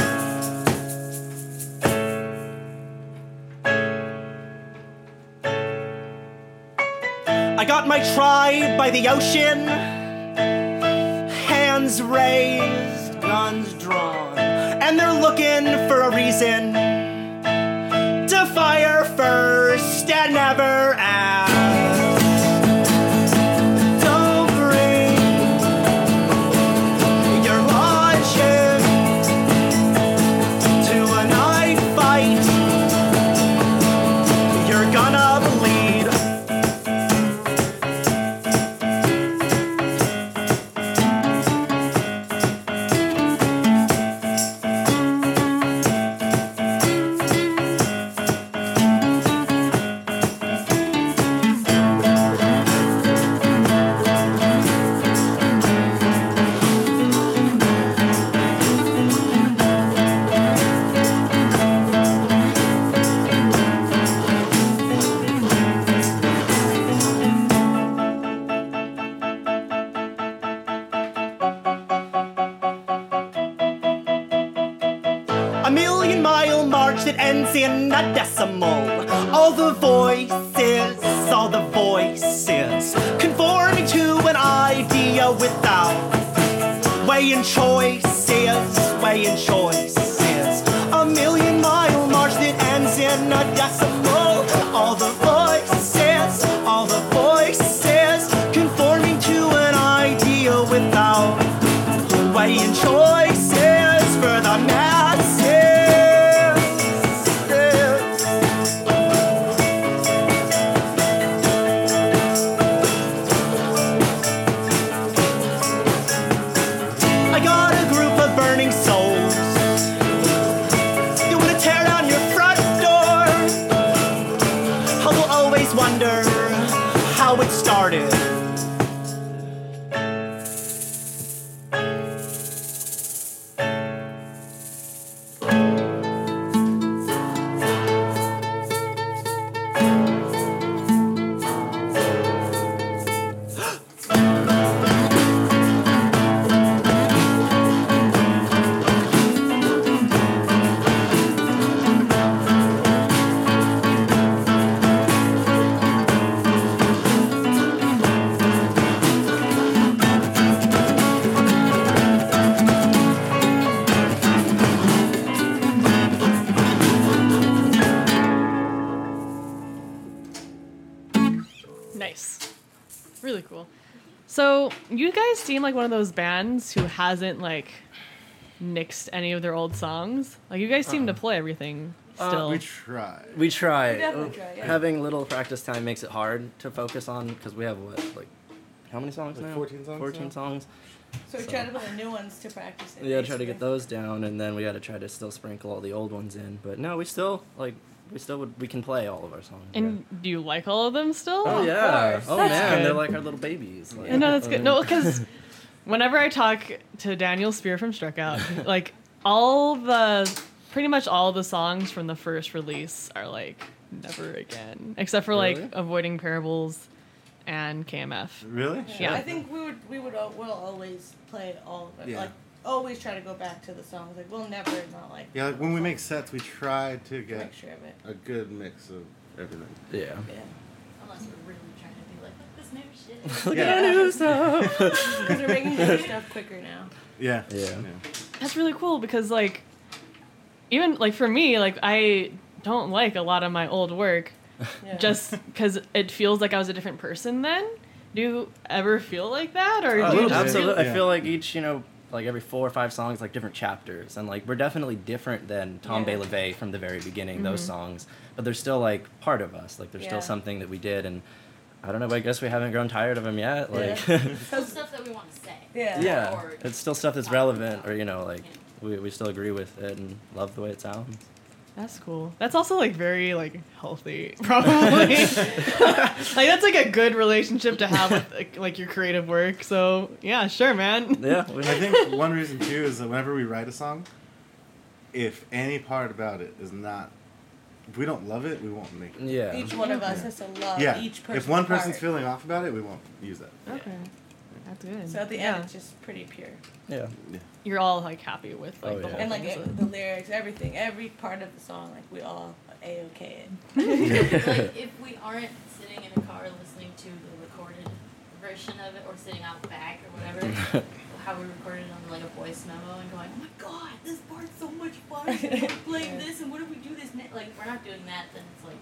[SPEAKER 3] I got my tribe by the ocean. Hands raised, guns drawn. And they're looking for a reason to fire first and never ask. Don't bring your logic to a knife fight. You're gonna bleed. A million mile march that ends in a decimal. All the voices, all the voices, conforming to an idea without weighing choices, weighing choices. A million mile march that ends in a decimal. All the voices, all the voices, conforming to an idea without weighing choices for the masses. I got a group of burning souls. They wanna tear down your front door. I will always wonder how it started.
[SPEAKER 1] cool. So you guys seem like one of those bands who hasn't like nixed any of their old songs. Like you guys seem to
[SPEAKER 4] Uh-huh.
[SPEAKER 1] play everything
[SPEAKER 4] Uh,
[SPEAKER 1] still.
[SPEAKER 5] We try.
[SPEAKER 4] We try.
[SPEAKER 2] We definitely
[SPEAKER 4] Uh,
[SPEAKER 2] try, yeah.
[SPEAKER 4] Having little practice time makes it hard to focus on because we have what like how many songs
[SPEAKER 5] Like
[SPEAKER 4] now?
[SPEAKER 5] 14 songs now?
[SPEAKER 4] songs.
[SPEAKER 2] So we try to play new ones to practice it.
[SPEAKER 4] We gotta try to get
[SPEAKER 2] basically.
[SPEAKER 4] those down, and then we gotta try to still sprinkle all the old ones in. But no, we still like we still would we can play all of our songs.
[SPEAKER 1] and do you like all of them still?
[SPEAKER 4] yeah. oh yeah,
[SPEAKER 2] course.
[SPEAKER 4] oh
[SPEAKER 1] That's
[SPEAKER 4] man,
[SPEAKER 1] good.
[SPEAKER 4] they're like our little babies. Like,
[SPEAKER 1] I know that's good.
[SPEAKER 4] um,
[SPEAKER 1] No, because whenever I talk to Daniel Spear from Struck Out, like all the pretty much all the songs from the first release are like never again, except for
[SPEAKER 4] Really?
[SPEAKER 1] like avoiding parables and KMF.
[SPEAKER 5] Really?
[SPEAKER 1] Yeah.
[SPEAKER 2] I think we would we would al- we'll always play all of it.
[SPEAKER 5] Yeah.
[SPEAKER 2] Like always try to go back to the songs. Like we'll never not like.
[SPEAKER 5] Yeah, like when we make sets, we try to
[SPEAKER 2] to
[SPEAKER 5] get
[SPEAKER 2] make sure of it.
[SPEAKER 5] a good mix of everything.
[SPEAKER 4] Yeah.
[SPEAKER 2] Yeah.
[SPEAKER 6] Unless we're really trying to be like, look this new shit.
[SPEAKER 4] Look
[SPEAKER 5] Yeah.
[SPEAKER 4] at that new stuff.
[SPEAKER 2] Because we're making new stuff quicker now.
[SPEAKER 5] Yeah.
[SPEAKER 4] Yeah.
[SPEAKER 1] That's really cool because like even like for me, like I don't like a lot of my old work
[SPEAKER 2] Yeah.
[SPEAKER 1] just because it feels like I was a different person then. Do you ever feel like that, or
[SPEAKER 4] Oh,
[SPEAKER 1] do you
[SPEAKER 5] little
[SPEAKER 1] just feel-
[SPEAKER 4] absolutely.
[SPEAKER 5] Yeah.
[SPEAKER 4] I feel like each, you know, like every four or five songs, like different chapters, and like we're definitely different than Tom
[SPEAKER 2] Yeah.
[SPEAKER 4] yeah. Mm-hmm. from the very beginning. Those songs, but they're still like part of us. Like there's
[SPEAKER 2] Yeah.
[SPEAKER 4] still something that we did, and I don't know. I guess we haven't grown tired of them yet. Like,
[SPEAKER 2] Yeah.
[SPEAKER 4] yeah,
[SPEAKER 6] Some stuff that we want to say.
[SPEAKER 2] Yeah.
[SPEAKER 6] Or-
[SPEAKER 4] it's still stuff that's relevant, or you know, like we we still agree with it and love the way it sounds.
[SPEAKER 1] That's cool. That's also like very like healthy, probably. like that's like a good relationship to have with like, like your creative work. So yeah, sure, man.
[SPEAKER 4] Yeah, we,
[SPEAKER 5] I think one reason too is that whenever we write a song, if any part about it is not, if we don't love it, we won't make it.
[SPEAKER 4] yeah.
[SPEAKER 2] Each one of us has to love
[SPEAKER 5] yeah.
[SPEAKER 2] each person.
[SPEAKER 5] if one person's
[SPEAKER 2] part.
[SPEAKER 5] feeling off about it, we won't use that.
[SPEAKER 1] Okay, that's good.
[SPEAKER 2] So at the
[SPEAKER 1] yeah.
[SPEAKER 2] end, it's just pretty pure.
[SPEAKER 4] yeah.
[SPEAKER 1] you're all like happy with like
[SPEAKER 4] Oh,
[SPEAKER 1] the
[SPEAKER 4] yeah.
[SPEAKER 1] whole
[SPEAKER 2] And like
[SPEAKER 1] thing,
[SPEAKER 2] it, the lyrics, everything, every part of the song, like we all a okay it.
[SPEAKER 6] like if we aren't sitting in a car listening to the recorded version of it or sitting out back or whatever how we recorded on like a voice memo and going oh my god this part's so much fun we're playing this and what if we do this ne-? like if we're not doing that then it's like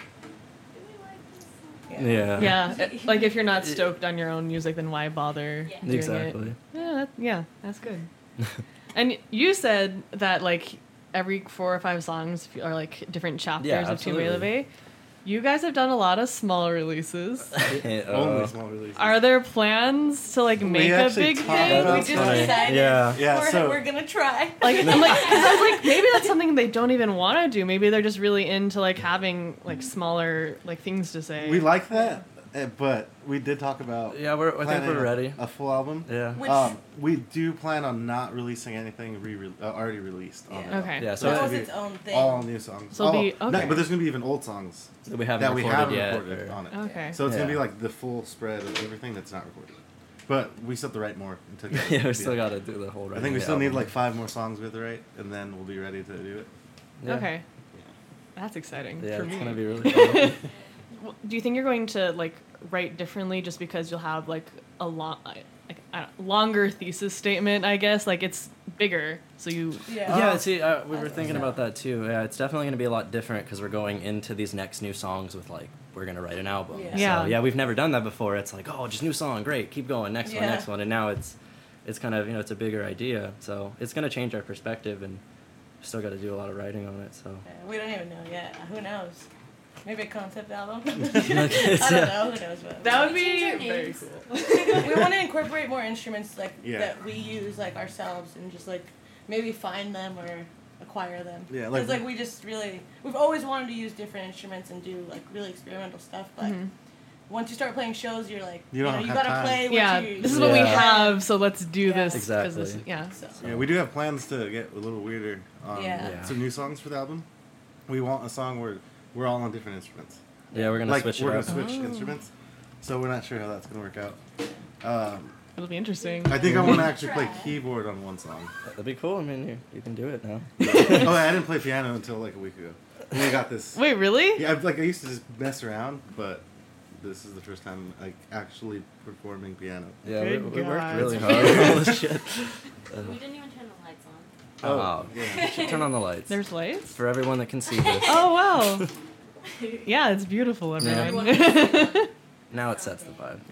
[SPEAKER 6] do we like this song?
[SPEAKER 2] Yeah.
[SPEAKER 4] Yeah.
[SPEAKER 1] so. yeah, it- like if you're not stoked on your own music, then why bother?
[SPEAKER 6] Yeah.
[SPEAKER 1] doing it?
[SPEAKER 4] Exactly.
[SPEAKER 1] Yeah, that, yeah, that's good. and you said that like every four or five songs f- are like different chapters
[SPEAKER 4] Yeah,
[SPEAKER 1] of Two
[SPEAKER 4] absolutely.
[SPEAKER 1] Bay. You guys have done a lot of small releases.
[SPEAKER 4] And, uh,
[SPEAKER 5] Only small releases.
[SPEAKER 1] Are there plans to like
[SPEAKER 5] We
[SPEAKER 1] make a
[SPEAKER 5] actually
[SPEAKER 1] big
[SPEAKER 5] talked
[SPEAKER 1] thing?
[SPEAKER 5] about
[SPEAKER 2] We just
[SPEAKER 4] funny.
[SPEAKER 2] decided.
[SPEAKER 4] Yeah.
[SPEAKER 5] yeah,
[SPEAKER 2] we're,
[SPEAKER 5] so
[SPEAKER 2] we're gonna try.
[SPEAKER 1] Like, I'm like, because I was like, maybe that's something they don't even want to do. Maybe they're just really into like having like smaller like things to say.
[SPEAKER 5] we like that, uh, but we did talk about.
[SPEAKER 4] Yeah, we're, I think
[SPEAKER 5] planning
[SPEAKER 4] we're
[SPEAKER 5] a-
[SPEAKER 4] ready.
[SPEAKER 5] A full album.
[SPEAKER 4] Yeah.
[SPEAKER 2] Which-
[SPEAKER 5] Um, we do plan on not releasing anything re- re- uh, already released. On
[SPEAKER 2] Yeah.
[SPEAKER 5] the album.
[SPEAKER 1] Okay.
[SPEAKER 4] Yeah,
[SPEAKER 2] so
[SPEAKER 4] so
[SPEAKER 2] that was
[SPEAKER 5] it'll be
[SPEAKER 2] its own thing.
[SPEAKER 5] All new songs.
[SPEAKER 1] So it'll be-
[SPEAKER 5] Oh, no,
[SPEAKER 1] okay.
[SPEAKER 5] but there's gonna be even old songs
[SPEAKER 4] that we haven't
[SPEAKER 5] that we
[SPEAKER 4] recorded
[SPEAKER 5] haven't
[SPEAKER 4] yet.
[SPEAKER 5] recorded
[SPEAKER 4] or-
[SPEAKER 5] on it.
[SPEAKER 1] Okay.
[SPEAKER 5] So it's gonna be
[SPEAKER 4] Yeah.
[SPEAKER 5] like the full spread of everything that's not recorded. But we still have to write more. Until
[SPEAKER 4] yeah, we still gotta do the whole.
[SPEAKER 5] I think we still need like five more songs we have to write, and then we'll be ready to do it.
[SPEAKER 1] Okay. That's exciting
[SPEAKER 4] Yeah,
[SPEAKER 1] for
[SPEAKER 4] it's
[SPEAKER 1] me.
[SPEAKER 4] gonna be really cool.
[SPEAKER 1] W- Do you think you're going to like write differently just because you'll have like a long, like I don't- longer thesis statement? I guess like it's bigger, so you.
[SPEAKER 2] Yeah.
[SPEAKER 4] yeah, see, uh, we were
[SPEAKER 2] don't
[SPEAKER 4] thinking
[SPEAKER 2] know.
[SPEAKER 4] about that too. Yeah, it's definitely gonna be a lot different because we're going into these next new songs with like we're gonna write an album.
[SPEAKER 2] Yeah.
[SPEAKER 4] So,
[SPEAKER 1] Yeah.
[SPEAKER 4] yeah, we've never done that before. It's like oh, just new song, great, keep going, next one,
[SPEAKER 2] Yeah.
[SPEAKER 4] next one, and now it's it's kind of you know it's a bigger idea, so it's gonna change our perspective and still got to do a lot of writing on it. So
[SPEAKER 2] Uh, We don't even know yet. Who knows? Maybe a concept album. I don't
[SPEAKER 4] yeah.
[SPEAKER 2] know. Who knows? What
[SPEAKER 1] That would
[SPEAKER 6] We
[SPEAKER 1] be
[SPEAKER 6] change our
[SPEAKER 1] very
[SPEAKER 6] names.
[SPEAKER 1] cool.
[SPEAKER 2] we want to incorporate more instruments like
[SPEAKER 5] Yeah.
[SPEAKER 2] that we use like ourselves and just like maybe find them or acquire them.
[SPEAKER 5] Yeah, like-
[SPEAKER 2] like, like we just really we've always wanted to use different instruments and do like really experimental stuff, but
[SPEAKER 1] Mm-hmm.
[SPEAKER 2] once you start playing shows, you're like
[SPEAKER 5] You don't
[SPEAKER 2] know, you
[SPEAKER 5] have
[SPEAKER 2] gotta
[SPEAKER 5] time.
[SPEAKER 2] play. What
[SPEAKER 1] Yeah,
[SPEAKER 2] you,
[SPEAKER 1] this is what we
[SPEAKER 4] Yeah.
[SPEAKER 1] have, so let's do
[SPEAKER 2] Yeah.
[SPEAKER 1] this. 'cause this-
[SPEAKER 4] Exactly.
[SPEAKER 1] yeah.
[SPEAKER 2] So,
[SPEAKER 5] Yeah, we do have plans to get a little weirder on
[SPEAKER 2] Yeah.
[SPEAKER 4] Oh. Yeah.
[SPEAKER 5] some new songs for the album. We want a song where we're all on different instruments.
[SPEAKER 4] we're gonna
[SPEAKER 5] like
[SPEAKER 4] switch
[SPEAKER 5] we're
[SPEAKER 4] it
[SPEAKER 5] gonna
[SPEAKER 4] up.
[SPEAKER 5] switch
[SPEAKER 1] Oh.
[SPEAKER 5] instruments, so we're not sure how that's gonna work out. Um,
[SPEAKER 1] It'll be interesting.
[SPEAKER 5] I think I want to actually play
[SPEAKER 6] Try.
[SPEAKER 5] keyboard on one song.
[SPEAKER 4] That'd be cool. I mean, you, you can do it now.
[SPEAKER 5] oh, I didn't play piano until like a week ago. When we got this.
[SPEAKER 1] Wait, really?
[SPEAKER 5] Yeah, I've, like I used to just mess around, but this is the first time like actually performing piano.
[SPEAKER 4] Yeah, we,
[SPEAKER 1] Good
[SPEAKER 4] we worked
[SPEAKER 1] God.
[SPEAKER 4] really hard. on all this shit.
[SPEAKER 6] we didn't even turn the lights on
[SPEAKER 4] Oh,
[SPEAKER 5] yeah.
[SPEAKER 4] turn on the lights.
[SPEAKER 1] There's lights.
[SPEAKER 4] for everyone that can see this.
[SPEAKER 1] Oh wow. yeah, it's beautiful,
[SPEAKER 4] Yeah.
[SPEAKER 1] everyone.
[SPEAKER 6] Everyone-
[SPEAKER 4] Now it sets the vibe.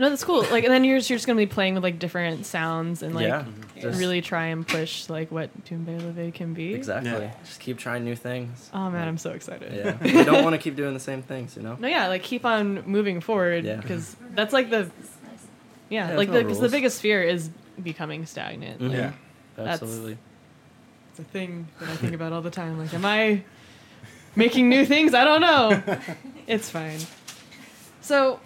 [SPEAKER 1] No, that's cool. Like, and then you're just, you're just gonna be playing with like different sounds and like
[SPEAKER 4] yeah, just-
[SPEAKER 1] really try and push like what Tumbe Leve can be.
[SPEAKER 4] exactly.
[SPEAKER 5] Yeah.
[SPEAKER 4] Just keep trying new things.
[SPEAKER 1] Oh man, I'm so excited.
[SPEAKER 4] Yeah, we don't want to keep doing the same things, you know.
[SPEAKER 1] No, yeah, like keep on moving forward
[SPEAKER 4] Yeah.
[SPEAKER 1] because that's like the yeah,
[SPEAKER 4] Yeah,
[SPEAKER 1] like the,
[SPEAKER 4] there's no
[SPEAKER 1] 'cause the
[SPEAKER 4] rules.
[SPEAKER 1] biggest fear is becoming stagnant.
[SPEAKER 4] Mhm.
[SPEAKER 1] Like,
[SPEAKER 5] Yeah.
[SPEAKER 1] That's-
[SPEAKER 4] Absolutely.
[SPEAKER 1] It's a thing that I think about all the time. Like, am I making new things? I don't know. It's fine. So,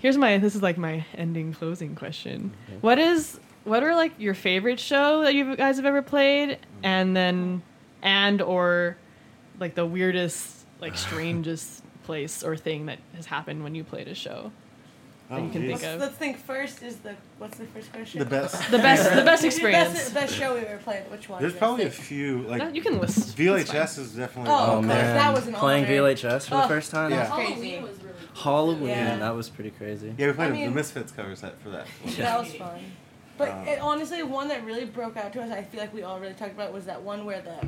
[SPEAKER 1] here's my this is like my ending closing question. What is what are like your favorite show that you guys have ever played, and then and or like the weirdest, like strangest place or thing that has happened when you played a show?
[SPEAKER 5] Oh,
[SPEAKER 1] you can
[SPEAKER 5] geez.
[SPEAKER 1] think
[SPEAKER 2] Let's,
[SPEAKER 1] of.
[SPEAKER 2] let's think first is the what's the first question?
[SPEAKER 5] The best.
[SPEAKER 1] The best, the best
[SPEAKER 2] Best- e-,
[SPEAKER 1] experience.
[SPEAKER 2] Best, show we ever played. Which one?
[SPEAKER 5] There's
[SPEAKER 2] Let's
[SPEAKER 5] probably a
[SPEAKER 2] think.
[SPEAKER 5] few like
[SPEAKER 1] No, you can list. It's fine.
[SPEAKER 5] VHS is definitely.
[SPEAKER 2] Oh,
[SPEAKER 4] Oh,
[SPEAKER 2] Okay.
[SPEAKER 4] man,
[SPEAKER 2] That was an
[SPEAKER 4] playing
[SPEAKER 2] honor.
[SPEAKER 4] VLHS for the
[SPEAKER 2] Ugh.
[SPEAKER 4] first time.
[SPEAKER 5] Yeah.
[SPEAKER 6] Halloween
[SPEAKER 2] Crazy.
[SPEAKER 6] was really cool.
[SPEAKER 4] Halloween,
[SPEAKER 2] Yeah.
[SPEAKER 4] that was pretty crazy.
[SPEAKER 5] Yeah, we played
[SPEAKER 2] I
[SPEAKER 5] a the
[SPEAKER 2] mean-
[SPEAKER 5] Misfits cover set for that.
[SPEAKER 2] That was fun. But
[SPEAKER 5] Um,
[SPEAKER 2] it, honestly, one that really broke out to us, I feel like we all really talked about, was that one where the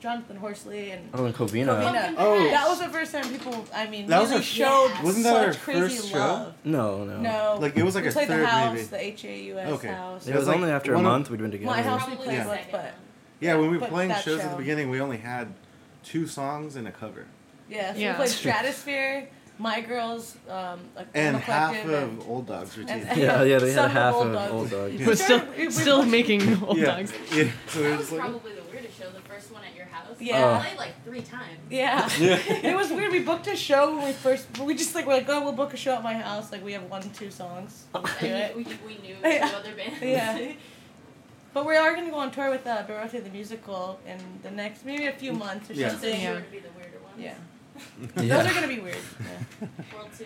[SPEAKER 2] Jonathan Horsley and
[SPEAKER 4] Oh, and Covina.
[SPEAKER 2] Covina.
[SPEAKER 5] Oh.
[SPEAKER 2] That was the first time people, I mean,
[SPEAKER 5] That was
[SPEAKER 2] really
[SPEAKER 5] our-
[SPEAKER 2] showed
[SPEAKER 5] Wasn't that
[SPEAKER 2] such
[SPEAKER 5] our
[SPEAKER 2] crazy
[SPEAKER 5] first show?
[SPEAKER 2] love.
[SPEAKER 4] No, no.
[SPEAKER 2] No.
[SPEAKER 5] Like, it was like
[SPEAKER 2] we
[SPEAKER 5] a
[SPEAKER 2] played
[SPEAKER 5] third
[SPEAKER 2] the house,
[SPEAKER 5] maybe.
[SPEAKER 2] the H A U S
[SPEAKER 5] Okay.
[SPEAKER 2] house.
[SPEAKER 4] It
[SPEAKER 5] It was
[SPEAKER 4] was
[SPEAKER 5] like
[SPEAKER 4] only after a
[SPEAKER 5] one of-
[SPEAKER 4] month we'd been together.
[SPEAKER 2] My house we
[SPEAKER 6] Probably
[SPEAKER 2] played
[SPEAKER 5] Yeah.
[SPEAKER 2] like, but
[SPEAKER 5] Yeah, when we were
[SPEAKER 2] But
[SPEAKER 5] playing
[SPEAKER 2] that
[SPEAKER 5] shows at
[SPEAKER 2] show.
[SPEAKER 5] the beginning, we only had two songs and a cover,
[SPEAKER 2] yeah, so
[SPEAKER 1] Yeah.
[SPEAKER 2] we played Stratosphere, My Girls, um, like
[SPEAKER 5] and
[SPEAKER 2] Animal
[SPEAKER 5] half
[SPEAKER 2] Collective, and-
[SPEAKER 5] of Old Dogs routine.
[SPEAKER 2] and-
[SPEAKER 4] Yeah, yeah, they had
[SPEAKER 2] Some
[SPEAKER 4] half
[SPEAKER 2] Old
[SPEAKER 4] of
[SPEAKER 2] Dogs.
[SPEAKER 4] Old Dog.
[SPEAKER 1] But still,
[SPEAKER 2] Sure, we- we-
[SPEAKER 1] still making old
[SPEAKER 5] yeah.
[SPEAKER 1] dogs.
[SPEAKER 5] yeah. So we were
[SPEAKER 6] That was
[SPEAKER 5] just like,
[SPEAKER 6] probably the weirdest show, the first one at your house.
[SPEAKER 2] Yeah.
[SPEAKER 6] I played like three times.
[SPEAKER 2] Yeah.
[SPEAKER 5] Yeah.
[SPEAKER 2] it was weird. We booked a show when we first. We just like we're like, oh, we'll book a show at my house. Like we have one, two songs. Let's do
[SPEAKER 6] And
[SPEAKER 2] it.
[SPEAKER 6] we, we, we knew
[SPEAKER 2] Yeah.
[SPEAKER 6] two other bands.
[SPEAKER 2] Yeah. But we are gonna go on tour with uh, Dorothy the musical in the next maybe a few months or
[SPEAKER 5] Mm. Yeah.
[SPEAKER 2] something.
[SPEAKER 1] Yeah.
[SPEAKER 6] Sure to be the weirder ones.
[SPEAKER 2] Yeah. Those are
[SPEAKER 4] yeah.
[SPEAKER 2] gonna be weird.
[SPEAKER 6] World two.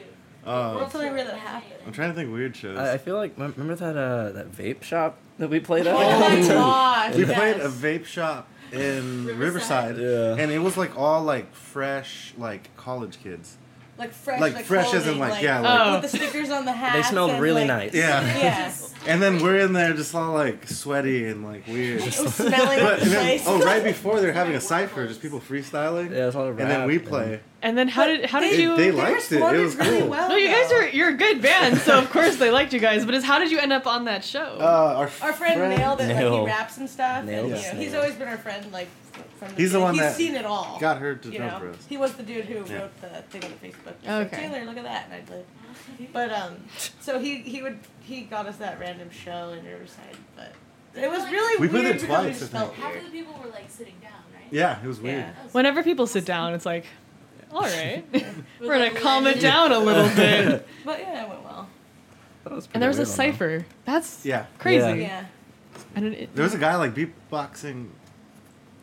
[SPEAKER 5] uh,
[SPEAKER 2] World something weird that happened.
[SPEAKER 5] I'm trying to think weird
[SPEAKER 4] I, I
[SPEAKER 5] shows.
[SPEAKER 4] feel like m- remember that uh, that vape shop that we played at.
[SPEAKER 2] Oh my gosh.
[SPEAKER 5] We
[SPEAKER 2] yes.
[SPEAKER 5] played a vape shop in
[SPEAKER 6] Riverside.
[SPEAKER 5] Riverside,
[SPEAKER 4] Yeah.
[SPEAKER 5] and it was like all like fresh, like college kids.
[SPEAKER 2] like fresh,
[SPEAKER 5] like, fresh as in,
[SPEAKER 2] clothing,
[SPEAKER 5] like, yeah,
[SPEAKER 4] Oh.
[SPEAKER 1] like-
[SPEAKER 2] with the stickers on the hat.
[SPEAKER 4] They smelled really nice.
[SPEAKER 5] Yeah.
[SPEAKER 2] Yeah.
[SPEAKER 5] And then we're in there just all like sweaty and like weird.
[SPEAKER 2] It was smelling
[SPEAKER 5] But
[SPEAKER 2] up the
[SPEAKER 5] and then,
[SPEAKER 2] place.
[SPEAKER 5] oh, right before they're having a cipher, just people freestyling,
[SPEAKER 4] Yeah, it's all
[SPEAKER 5] and then we play.
[SPEAKER 1] And then how did how did
[SPEAKER 5] They-
[SPEAKER 1] you?
[SPEAKER 2] They
[SPEAKER 5] they liked it. It
[SPEAKER 2] responded
[SPEAKER 5] was
[SPEAKER 2] really
[SPEAKER 5] cool.
[SPEAKER 2] well.
[SPEAKER 1] no, you guys
[SPEAKER 2] though.
[SPEAKER 1] are you're a good band, so of course they liked you guys. But it's how did you end up on that show?
[SPEAKER 5] Uh, our,
[SPEAKER 2] Our friend nailed it. Like
[SPEAKER 4] Nail.
[SPEAKER 2] he raps and stuff. and,
[SPEAKER 4] Nailed
[SPEAKER 2] you
[SPEAKER 5] it.
[SPEAKER 2] know, he's
[SPEAKER 4] Nailed.
[SPEAKER 2] always been our friend. Like from the
[SPEAKER 5] He's the
[SPEAKER 2] beginning.
[SPEAKER 5] one
[SPEAKER 2] he's
[SPEAKER 5] that
[SPEAKER 2] seen it all.
[SPEAKER 5] Got her to
[SPEAKER 2] you
[SPEAKER 5] drum
[SPEAKER 2] know,
[SPEAKER 5] for us.
[SPEAKER 2] he was the dude who
[SPEAKER 5] Yeah.
[SPEAKER 2] wrote the thing on Facebook.
[SPEAKER 1] Okay.
[SPEAKER 2] So, Taylor, look at that, and I did. But um, so he he would he got us that random show in Riverside, but it was really
[SPEAKER 5] We
[SPEAKER 2] weird
[SPEAKER 5] played it
[SPEAKER 2] because
[SPEAKER 5] twice,
[SPEAKER 2] It just
[SPEAKER 5] I
[SPEAKER 2] felt
[SPEAKER 5] think.
[SPEAKER 6] Half of
[SPEAKER 2] weird.
[SPEAKER 6] the people were like sitting down, right?
[SPEAKER 5] Yeah, it was weird.
[SPEAKER 2] Yeah.
[SPEAKER 1] Whenever people sit down, it's like, all right,
[SPEAKER 6] With,
[SPEAKER 1] we're gonna
[SPEAKER 6] like,
[SPEAKER 1] calm it
[SPEAKER 6] legends.
[SPEAKER 1] down a little bit.
[SPEAKER 2] But yeah, it went well.
[SPEAKER 1] And there was a cipher. That's
[SPEAKER 5] Yeah.
[SPEAKER 1] crazy. e,
[SPEAKER 2] Yeah.
[SPEAKER 1] And it,
[SPEAKER 5] There was a guy like beatboxing,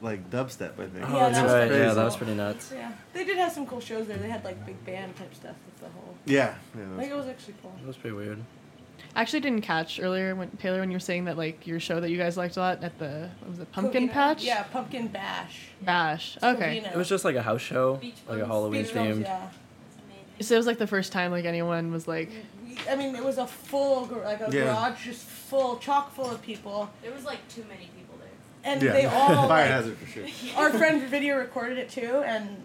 [SPEAKER 5] like dubstep. I think.
[SPEAKER 4] Oh,
[SPEAKER 2] Yeah,
[SPEAKER 4] that's
[SPEAKER 2] that was
[SPEAKER 4] right. Yeah,
[SPEAKER 5] crazy.
[SPEAKER 4] that was pretty nuts.
[SPEAKER 2] Yeah. They did have some cool shows there. They had like big band type stuff with the whole.
[SPEAKER 5] Yeah. yeah that was-
[SPEAKER 2] Like it was actually cool.
[SPEAKER 4] That was pretty weird.
[SPEAKER 1] I actually didn't catch earlier when Taylor when you were saying that like your show that you guys liked a lot at the what was it Pumpkin
[SPEAKER 2] Covina.
[SPEAKER 1] Patch?
[SPEAKER 2] Yeah, Pumpkin Bash.
[SPEAKER 1] Bash. Okay.
[SPEAKER 2] Covina.
[SPEAKER 4] It was just like a house show,
[SPEAKER 6] Beach
[SPEAKER 4] like a
[SPEAKER 6] ones,
[SPEAKER 4] Halloween
[SPEAKER 2] Beach Bums,
[SPEAKER 4] themed.
[SPEAKER 2] Yeah.
[SPEAKER 6] It's amazing.
[SPEAKER 1] So it was like the first time like anyone was like
[SPEAKER 2] We, I mean, it was a full, gar- like a
[SPEAKER 5] Yeah.
[SPEAKER 2] garage just full, chock full of people.
[SPEAKER 6] There was like too many people there.
[SPEAKER 2] And
[SPEAKER 5] yeah.
[SPEAKER 2] they all,
[SPEAKER 5] fire
[SPEAKER 2] like,
[SPEAKER 5] hazard for sure.
[SPEAKER 2] our friend video recorded it too, and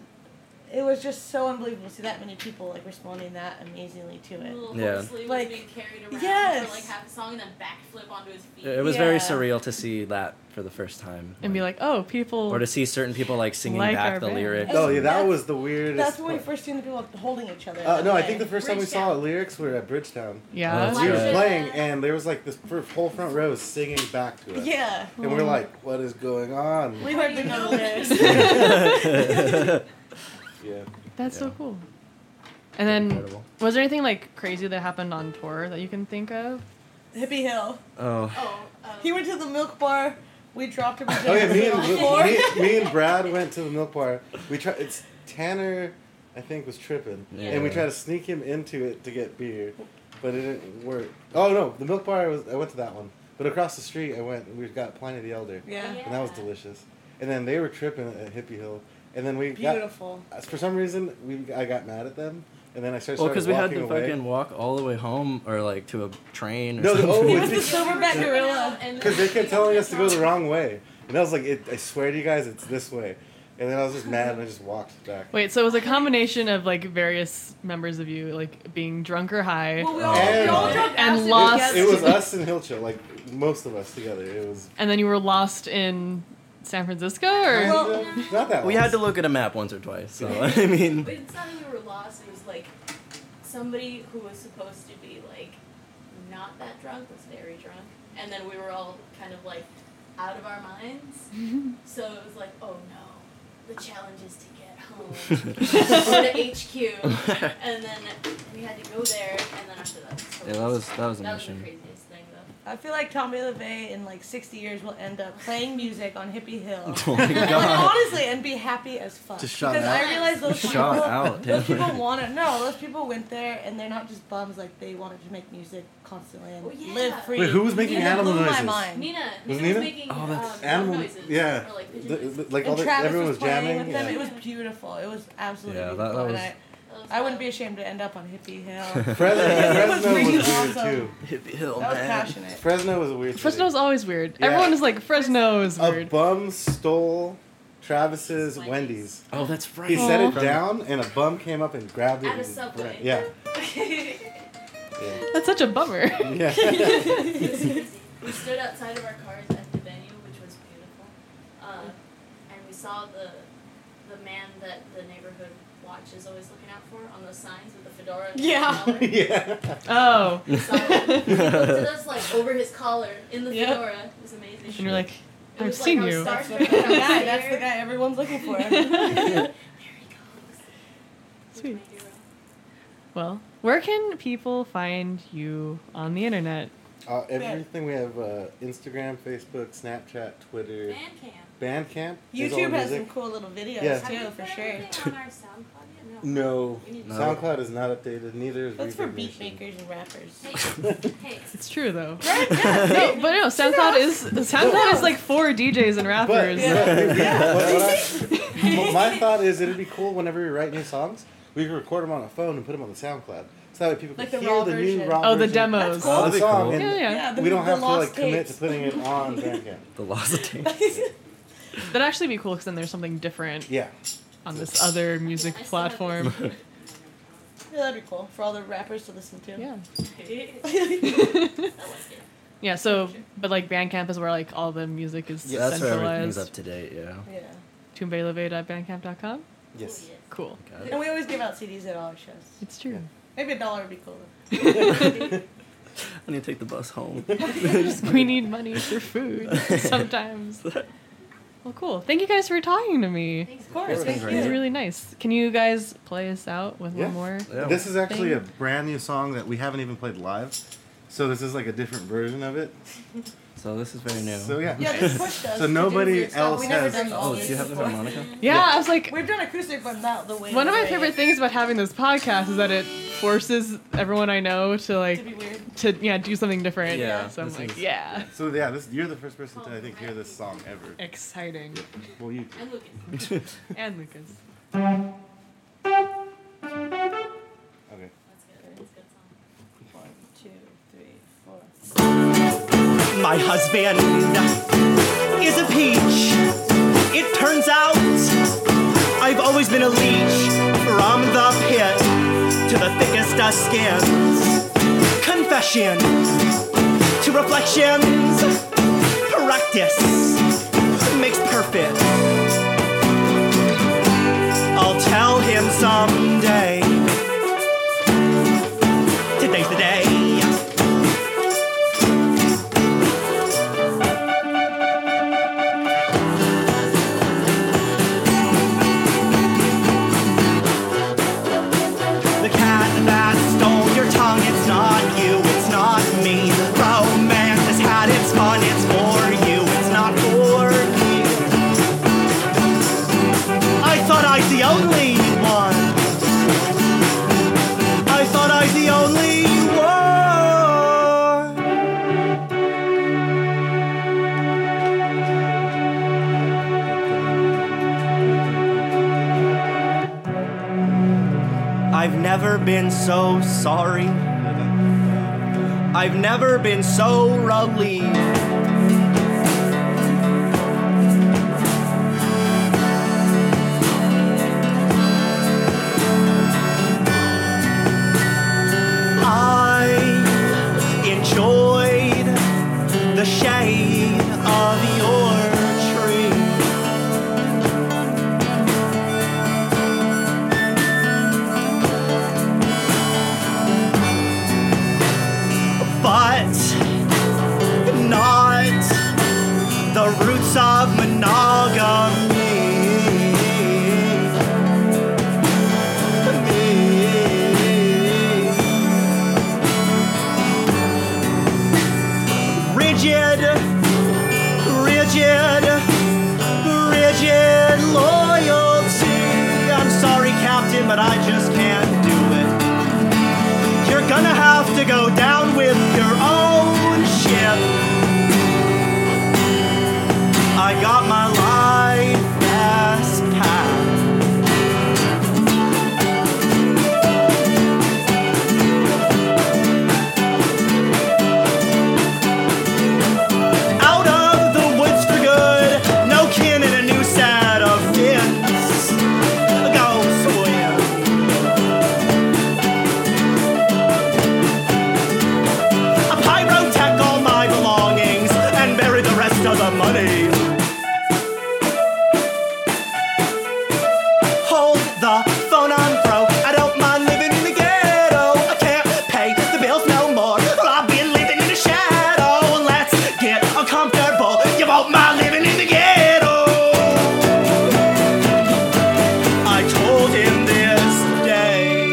[SPEAKER 2] it was just so unbelievable to see that many people, like, responding that amazingly to
[SPEAKER 6] The
[SPEAKER 2] it.
[SPEAKER 6] Little
[SPEAKER 4] Yeah.
[SPEAKER 6] Horsley was
[SPEAKER 2] Like,
[SPEAKER 6] being carried around
[SPEAKER 2] yes.
[SPEAKER 6] for like half a song and then backflip onto his feet.
[SPEAKER 4] It it was very
[SPEAKER 2] Yeah.
[SPEAKER 4] surreal to see that for the first time.
[SPEAKER 1] and be like oh people
[SPEAKER 4] or to see certain people like singing
[SPEAKER 1] Like our
[SPEAKER 4] back the
[SPEAKER 1] band.
[SPEAKER 4] lyrics.
[SPEAKER 5] Oh yeah, that
[SPEAKER 2] That's-
[SPEAKER 5] was the weirdest.
[SPEAKER 2] That's when we
[SPEAKER 5] part.
[SPEAKER 2] first seen the people like, holding each other.
[SPEAKER 5] Uh,
[SPEAKER 2] that
[SPEAKER 5] no, I
[SPEAKER 2] way.
[SPEAKER 5] think the first time we saw
[SPEAKER 6] Bridgetown.
[SPEAKER 5] lyrics we were at Bridgetown.
[SPEAKER 1] yeah
[SPEAKER 4] Oh,
[SPEAKER 5] We
[SPEAKER 4] Yeah.
[SPEAKER 5] were
[SPEAKER 4] Yeah.
[SPEAKER 5] playing, and there was like this fir- whole front row was singing back to us.
[SPEAKER 2] Yeah.
[SPEAKER 5] And we are like, what is going on?
[SPEAKER 2] We heard the
[SPEAKER 6] Yeah.
[SPEAKER 2] notice.
[SPEAKER 5] Yeah.
[SPEAKER 1] That's so
[SPEAKER 4] Yeah.
[SPEAKER 1] cool. And then,
[SPEAKER 4] Incredible.
[SPEAKER 1] was there anything like crazy that happened on tour that you can think of?
[SPEAKER 2] Hippie Hill.
[SPEAKER 4] Oh,
[SPEAKER 6] Oh, um,
[SPEAKER 2] He went to the milk bar. We dropped him.
[SPEAKER 5] Oh yeah, me
[SPEAKER 2] on
[SPEAKER 5] and
[SPEAKER 2] the floor.
[SPEAKER 5] me, me and Brad went to the milk bar. We tried. It's Tanner, I think, was tripping, and we
[SPEAKER 4] Yeah.
[SPEAKER 5] tried to sneak him into it to get beer, but it didn't work. Oh no, the milk bar was. I went to that one, but across the street I went. and We got Pliny the Elder,
[SPEAKER 2] Yeah.
[SPEAKER 5] and that was delicious. And then they were tripping at Hippie Hill, and then we
[SPEAKER 2] Beautiful.
[SPEAKER 5] got for some reason we I got mad at them, and then I started.
[SPEAKER 4] well,
[SPEAKER 5] because
[SPEAKER 4] because we had to
[SPEAKER 5] away.
[SPEAKER 4] fucking walk all the way home or like to a train or
[SPEAKER 5] No, the-
[SPEAKER 4] something.
[SPEAKER 5] oh,
[SPEAKER 2] He
[SPEAKER 5] it's
[SPEAKER 2] was the silverback
[SPEAKER 6] uh,
[SPEAKER 2] gorilla.
[SPEAKER 5] Because they kept telling us to go the wrong way. And I was like, it, I swear to you guys, it's this way. And then I was just mad and I just walked back.
[SPEAKER 1] Wait, so it was a combination of like various members of you like being drunk or high.
[SPEAKER 6] Well, we all,
[SPEAKER 5] And-
[SPEAKER 6] we all drove
[SPEAKER 1] and
[SPEAKER 6] acid
[SPEAKER 1] lost-
[SPEAKER 5] It
[SPEAKER 6] together.
[SPEAKER 5] was us and Hilcha, like most of us together. It was
[SPEAKER 1] and then you were lost in San Francisco or
[SPEAKER 6] Well-
[SPEAKER 5] not that.
[SPEAKER 4] We had to look at a map once or twice, so I mean,
[SPEAKER 6] But it's not that we were lost. It was like somebody who was supposed to be like not that drunk was very drunk, and then we were all kind of like out of our minds. so it was like, oh no, the challenge is to get home or to HQ,
[SPEAKER 4] yeah,
[SPEAKER 6] and then we had to go there, and then after that. so
[SPEAKER 4] that was that was a
[SPEAKER 6] that was the
[SPEAKER 4] mission.
[SPEAKER 6] craziest thing though.
[SPEAKER 2] I feel like Tommy LeVay in like 60 years will end up playing music on Hippie Hill.
[SPEAKER 4] Oh my god!
[SPEAKER 2] Honestly, and be happy as fuck.
[SPEAKER 5] Just shot
[SPEAKER 2] because
[SPEAKER 6] out.
[SPEAKER 2] I realize those
[SPEAKER 4] Shot
[SPEAKER 2] people,
[SPEAKER 4] out,
[SPEAKER 2] those
[SPEAKER 4] dude.
[SPEAKER 2] people want to. No, those people went there and they're not just bums. Like they wanted to make music constantly and
[SPEAKER 6] Oh, yeah.
[SPEAKER 2] live free.
[SPEAKER 5] Wait, who was making
[SPEAKER 2] And it
[SPEAKER 5] animal
[SPEAKER 2] blew
[SPEAKER 5] noises?
[SPEAKER 2] My mind.
[SPEAKER 6] Nina,
[SPEAKER 5] Was
[SPEAKER 6] Nina
[SPEAKER 5] Nina?
[SPEAKER 6] was making
[SPEAKER 4] Oh, that's-
[SPEAKER 6] um,
[SPEAKER 5] Animal,
[SPEAKER 6] noises.
[SPEAKER 5] yeah.
[SPEAKER 6] Or, like, pigeon
[SPEAKER 5] The-
[SPEAKER 6] noises.
[SPEAKER 5] the- like all
[SPEAKER 2] and
[SPEAKER 5] the,
[SPEAKER 2] Travis
[SPEAKER 5] everyone was,
[SPEAKER 2] playing
[SPEAKER 5] jamming.
[SPEAKER 2] with them.
[SPEAKER 5] yeah.
[SPEAKER 2] It was beautiful. It was absolutely
[SPEAKER 4] Yeah, that-
[SPEAKER 2] beautiful.
[SPEAKER 4] that
[SPEAKER 2] and
[SPEAKER 4] was-
[SPEAKER 2] I,
[SPEAKER 6] That was
[SPEAKER 2] I wouldn't
[SPEAKER 6] wild.
[SPEAKER 2] be ashamed to end up on Hippie Hill.
[SPEAKER 5] Fresno,
[SPEAKER 2] It was
[SPEAKER 5] Fresno was,
[SPEAKER 2] really
[SPEAKER 5] weird
[SPEAKER 2] awesome.
[SPEAKER 5] too.
[SPEAKER 4] Hippie hill,
[SPEAKER 2] That was
[SPEAKER 4] man.
[SPEAKER 2] passionate.
[SPEAKER 5] Fresno was a weird. city.
[SPEAKER 1] Fresno's always weird.
[SPEAKER 5] Yeah.
[SPEAKER 1] Everyone is like Fresno is
[SPEAKER 5] a
[SPEAKER 1] weird.
[SPEAKER 5] bum stole Travis's
[SPEAKER 6] Wendy's.
[SPEAKER 5] Wendy's.
[SPEAKER 4] Oh, that's right.
[SPEAKER 5] He set it
[SPEAKER 4] From-
[SPEAKER 5] down, and a bum came up and grabbed it.
[SPEAKER 6] At a
[SPEAKER 5] and
[SPEAKER 6] Subway.
[SPEAKER 5] Yeah.
[SPEAKER 1] That's such a bummer.
[SPEAKER 5] Yeah.
[SPEAKER 6] we stood outside of our cars at the venue, which was beautiful, uh, and we saw the the man that the neighborhood watch is always looking out for on those signs with the fedora. And the
[SPEAKER 1] Yeah.
[SPEAKER 6] collar.
[SPEAKER 5] yeah.
[SPEAKER 1] Oh,
[SPEAKER 6] We saw him. He looked at us like over his collar in the
[SPEAKER 1] Yep.
[SPEAKER 6] fedora. It was amazing.
[SPEAKER 1] and you're like,
[SPEAKER 6] It
[SPEAKER 1] I've
[SPEAKER 6] was
[SPEAKER 1] seen
[SPEAKER 6] like
[SPEAKER 1] you.
[SPEAKER 6] Our
[SPEAKER 2] That's the
[SPEAKER 6] Star
[SPEAKER 2] guy.
[SPEAKER 6] Trek guy.
[SPEAKER 2] That's the guy everyone's looking for.
[SPEAKER 6] There he goes.
[SPEAKER 1] Sweet.
[SPEAKER 6] My hero.
[SPEAKER 1] Well, where can people find you on the internet?
[SPEAKER 5] Uh, everything we have uh, Instagram, Facebook, Snapchat, Twitter,
[SPEAKER 6] Fan cam.
[SPEAKER 5] Bandcamp. is all
[SPEAKER 2] YouTube has some
[SPEAKER 5] music.
[SPEAKER 2] cool little videos
[SPEAKER 5] Yeah.
[SPEAKER 6] Have
[SPEAKER 2] too,
[SPEAKER 6] you
[SPEAKER 2] for
[SPEAKER 6] put
[SPEAKER 2] sure.
[SPEAKER 6] everything on our SoundCloud yet? No.
[SPEAKER 5] No.
[SPEAKER 6] We need to-
[SPEAKER 5] SoundCloud is not updated. Neither is.
[SPEAKER 2] That's for
[SPEAKER 5] Reverb
[SPEAKER 2] beat
[SPEAKER 5] Nation.
[SPEAKER 2] makers and rappers.
[SPEAKER 6] Hey, hey,
[SPEAKER 1] It's true though.
[SPEAKER 2] Right? Yeah.
[SPEAKER 1] No, but no, SoundCloud is SoundCloud is like for DJs and
[SPEAKER 5] But
[SPEAKER 1] rappers.
[SPEAKER 5] yeah, yeah. What- what I- my thought is, it'd be cool whenever we write new songs, we could record them on a phone and put them on the SoundCloud, so that way people
[SPEAKER 2] Like
[SPEAKER 5] can
[SPEAKER 2] the
[SPEAKER 5] hear
[SPEAKER 2] raw
[SPEAKER 5] the new
[SPEAKER 2] version.
[SPEAKER 5] raw
[SPEAKER 1] Oh, the
[SPEAKER 5] version
[SPEAKER 1] demos.
[SPEAKER 5] of
[SPEAKER 4] That'd
[SPEAKER 5] the
[SPEAKER 4] be
[SPEAKER 5] song,
[SPEAKER 4] cool.
[SPEAKER 5] and
[SPEAKER 1] Yeah, yeah.
[SPEAKER 2] Yeah, the-
[SPEAKER 5] we don't
[SPEAKER 2] the
[SPEAKER 5] have to
[SPEAKER 2] lost
[SPEAKER 5] like commit to
[SPEAKER 2] tapes.
[SPEAKER 5] putting it on Bandcamp.
[SPEAKER 4] The lost tape.
[SPEAKER 1] That'd actually be cool because then there's something different
[SPEAKER 5] Yeah.
[SPEAKER 1] on this other music
[SPEAKER 6] I still have this.
[SPEAKER 1] platform.
[SPEAKER 2] Yeah, that'd be cool for all the rappers to listen to.
[SPEAKER 1] Yeah.
[SPEAKER 6] I like it.
[SPEAKER 1] Yeah, so but like Bandcamp is where like all the music is
[SPEAKER 4] Yeah, that's where everything's up
[SPEAKER 1] centralized.
[SPEAKER 4] to date. Yeah.
[SPEAKER 2] yeah.
[SPEAKER 1] Tumbeleve.bandcamp.com.
[SPEAKER 5] Yes.
[SPEAKER 6] Oh,
[SPEAKER 1] Cool.
[SPEAKER 4] Got it.
[SPEAKER 2] And we always give out CDs at all our shows.
[SPEAKER 1] It's true.
[SPEAKER 2] Maybe a dollar would be cool.
[SPEAKER 4] I need to take the bus home.
[SPEAKER 1] we need money for food sometimes. well, cool. Thank you guys for talking to me.
[SPEAKER 6] Thanks,
[SPEAKER 2] Of course,
[SPEAKER 5] It's been
[SPEAKER 2] thank
[SPEAKER 1] It was
[SPEAKER 2] you.
[SPEAKER 1] really nice. Can you guys play us out with
[SPEAKER 5] Yeah.
[SPEAKER 1] one more?
[SPEAKER 4] Yeah.
[SPEAKER 5] This is actually
[SPEAKER 1] thing.
[SPEAKER 5] a brand new song that we haven't even played live. So this is like a different version of it.
[SPEAKER 4] So this is very new.
[SPEAKER 5] So yeah.
[SPEAKER 2] Yeah, this pushed us.
[SPEAKER 5] So
[SPEAKER 2] to do
[SPEAKER 5] nobody
[SPEAKER 2] weird stuff.
[SPEAKER 5] else
[SPEAKER 2] We've never
[SPEAKER 5] has-
[SPEAKER 2] done all
[SPEAKER 4] Oh, do
[SPEAKER 2] this
[SPEAKER 4] you have the
[SPEAKER 2] before.
[SPEAKER 4] harmonica?
[SPEAKER 1] Yeah, I was like,
[SPEAKER 2] We've done acoustic, but not the way.
[SPEAKER 1] one of my
[SPEAKER 2] they-
[SPEAKER 1] favorite things about having this podcast is that it forces everyone I know to
[SPEAKER 2] To be
[SPEAKER 1] like
[SPEAKER 2] weird.
[SPEAKER 1] to yeah do something different.
[SPEAKER 4] Yeah,
[SPEAKER 1] So I'm
[SPEAKER 4] this
[SPEAKER 1] like,
[SPEAKER 4] is-
[SPEAKER 1] yeah,
[SPEAKER 5] So yeah, this you're the first person to I think hear this song ever.
[SPEAKER 1] exciting.
[SPEAKER 5] Well, you.
[SPEAKER 6] And Lucas.
[SPEAKER 1] And Lucas.
[SPEAKER 5] Okay.
[SPEAKER 6] That's good. That's a good song.
[SPEAKER 2] One, two, three, four.
[SPEAKER 3] My husband is a peach. It turns out I've always been a leech from the pit to the thickest of skins. Confession to reflections. Practice makes perfect. I'll tell him someday. Today's the day. The cat that stole your tongue, it's not you, it's not me. Romance has had its fun, it's for you, it's not for me. I thought I was the only one. I thought I was the only one. I've never been so sorry. I've never been so relieved. I just can't do it. You're gonna have to go down with your own ship. I got my life as cat. out of the woods for good. No kin in a new set of fins. Go swim. I pyrotech all my belongings and bury the rest of the money. Hold the phone on, bro. I don't mind living in the ghetto. I can't pay the bills no more. Well, I've been living in the shadow. Let's get uncomfortable. You won't mind living in the ghetto. I told him this day.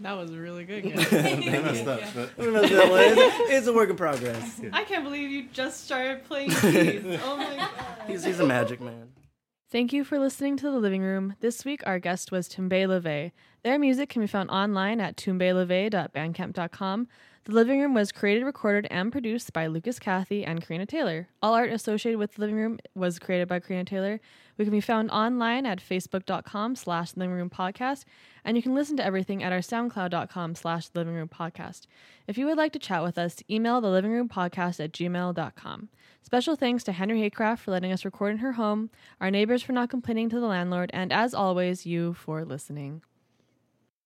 [SPEAKER 1] That was really good. guys.
[SPEAKER 5] I messed up, but
[SPEAKER 3] it's a work in progress.
[SPEAKER 1] I can't believe you just started playing keys. Oh my god.
[SPEAKER 4] He's, he's a magic man.
[SPEAKER 1] Thank you for listening to The Living Room. This week, our guest was Tumbe LeVay. Their music can be found online at tumbeleve.bandcamp.com. The Living Room was created, recorded, and produced by Lucas Cathy and Karina Taylor. All art associated with The Living Room was created by Karina Taylor. We can be found online at facebook.com slash The Living Room Podcast, and you can listen to everything at our soundcloud.com slash The Living Room Podcast. If you would like to chat with us, email the living room podcast at gmail.com. Special thanks to Henry Haycraft for letting us record in her home, our neighbors for not complaining to the landlord, and as always, you for listening.